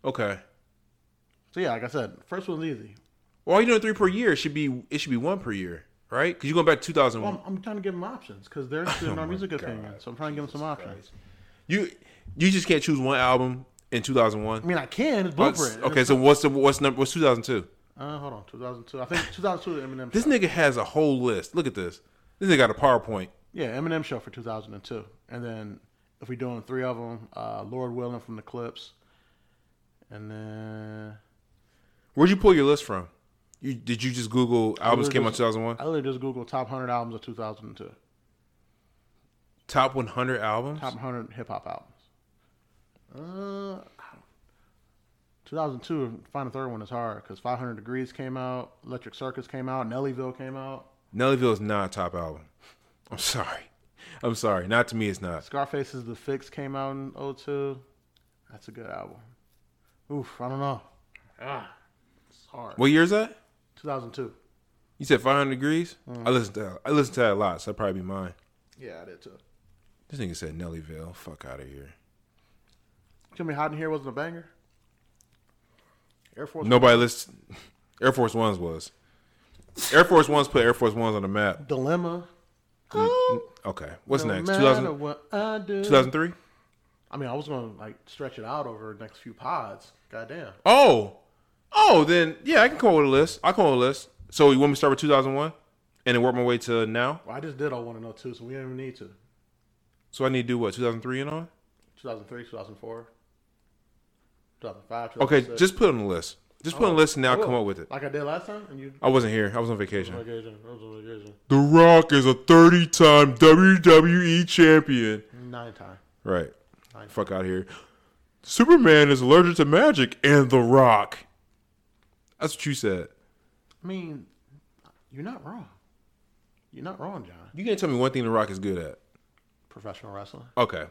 Okay. So yeah, like I said, first one's easy. Well, you're doing three per year. It should be it should be one per year, right? Because you're going back to 2001. Well, I'm, I'm trying to give them options because they're interested in our music opinion. So I'm trying to give them some options. you you just can't choose one album in 2001. I mean, I can. It's Oh, it's- Blueprint. okay, It's so not- what's the what's number what's 2002? Uh, hold on, 2002. I think 2002 Eminem. This show. nigga has a whole list. Look at this. This nigga got a PowerPoint. Yeah, Eminem show for 2002, and then if we're doing three of them, uh, Lord Willing from the Clips, and then Where'd you pull your list from? You did you just Google I albums literally came out just- 2001? I literally just Googled top 100 albums of 2002. Top 100 albums? Top 100 hip hop albums. Uh, 2002, find a third one is hard because 500 Degrees came out, Electric Circus came out, Nellyville came out, Nellyville is not a top album. I'm sorry. I'm sorry. Not to me, it's not. Scarface's The Fix came out in 02. That's a good album. Oof, I don't know. Ah, it's hard. What year is that? 2002. You said 500 degrees. Mhm. I listened to I listened to that a lot, so that probably be mine. Yeah, I did too. This nigga said Nellyville. Fuck out of here. Tell me, Hot in Here wasn't a banger? Air Force Nobody lists. Air Force Ones was. Air Force Ones put Air Force Ones on the map. Mm, Dilemma. Okay. What's No next? matter 2000, what I do. 2003? I mean, I was going to like stretch it out over the next few pods. Goddamn. Oh. Oh, then, yeah, I can come up with a list. I'll come up with a list. So you want me to start with 2001 and then work my way to now? Well, I just did all want to know too, so we don't even need to. So I need to do what, 2003 and on? 2003, 2004, 2005. Okay, 2006. just put it on the list. Just put it on the list and I now will. come up with it. Like I did last time, and you. I wasn't here. I was on vacation. Vacation. I was on vacation. The Rock is a 30 time WWE E champion. Nine time. Right. Fuck out here. Superman is allergic to magic and The Rock. That's what you said. I mean, you're not wrong. You're not wrong, John. You can't tell me one thing The Rock is good at. Professional wrestling. Okay.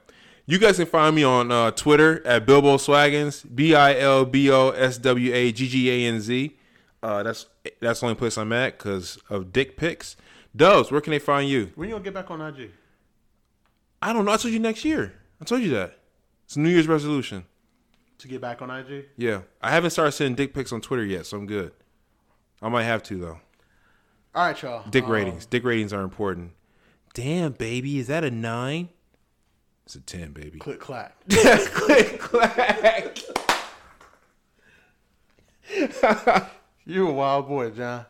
You guys can find me on uh, Twitter at Bilbo Swaggins, B I L B O S W A G G A N Z. Uh, that's that's the only place I'm at because of dick pics. Dubs, where can they find you? When you gonna get back on IG? I don't know. I told you next year. I told you that. It's a New Year's resolution. To get back on IG? Yeah, I haven't started sending dick pics on Twitter yet, so I'm good. I might have to though. All right, y'all. Dick Um, ratings. Dick ratings are important. Damn, baby, is that a nine? It's a ten, baby. Click clack. Click clack. you a wild boy, John.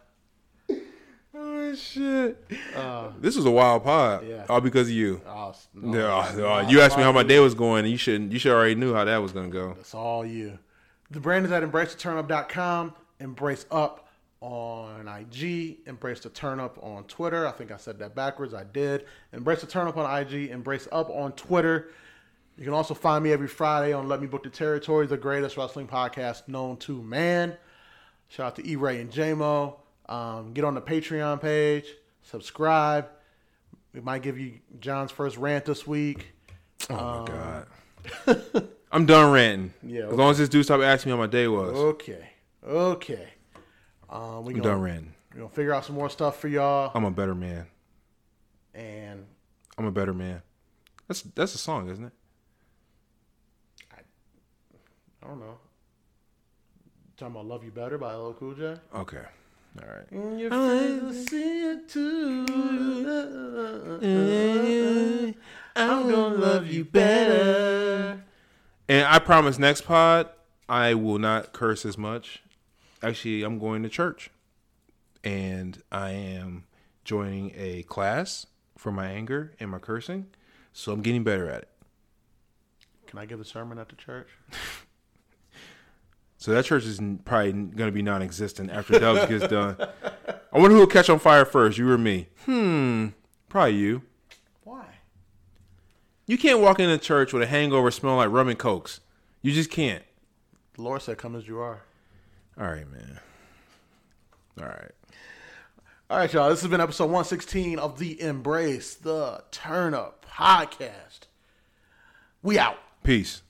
Oh shit. Uh, This was a wild pod. Yeah. All because of you. Oh, s- no, no. no, you asked me how my day was going, and you shouldn't. You should already knew how that was gonna go. It's all you. The brand is at embracetheturnup.com. Embrace up on IG. Embrace the turn up on Twitter. I think I said that backwards. I did. Embrace the turn up on IG. Embrace up on Twitter. You can also find me every Friday on Let Me Book the Territory, the greatest wrestling podcast known to man. Shout out to E Ray and J Mo. Um, get on the Patreon page. Subscribe. We might give you John's first rant this week. Oh my god. I'm done ranting. Yeah, Oh, As long as this dude stopped asking me how my day was. Okay. Okay. Um, we I'm gonna, done ranting. We're going to figure out some more stuff for y'all. I'm a better man. And I'm a better man. That's that's a song, isn't it? I don't know. Talking about Love You Better by LL Cool J. Okay. All right. And your friends will see it Mm-hmm. too. I'm going to love you better. And I promise next pod, I will not curse as much. Actually, I'm going to church and I am joining a class for my anger and my cursing. So I'm getting better at it. Can I give a sermon at the church? So that church is n- probably going to be non existent after Dubs gets done. I wonder who will catch on fire first, you or me? Hmm, probably you. Why? You can't walk into church with a hangover smelling like rum and cokes. You just can't. The Lord said, Come as you are. All right, man. All right. All right, y'all. This has been episode 116 of the Embrace the Turn Up podcast. We out. Peace.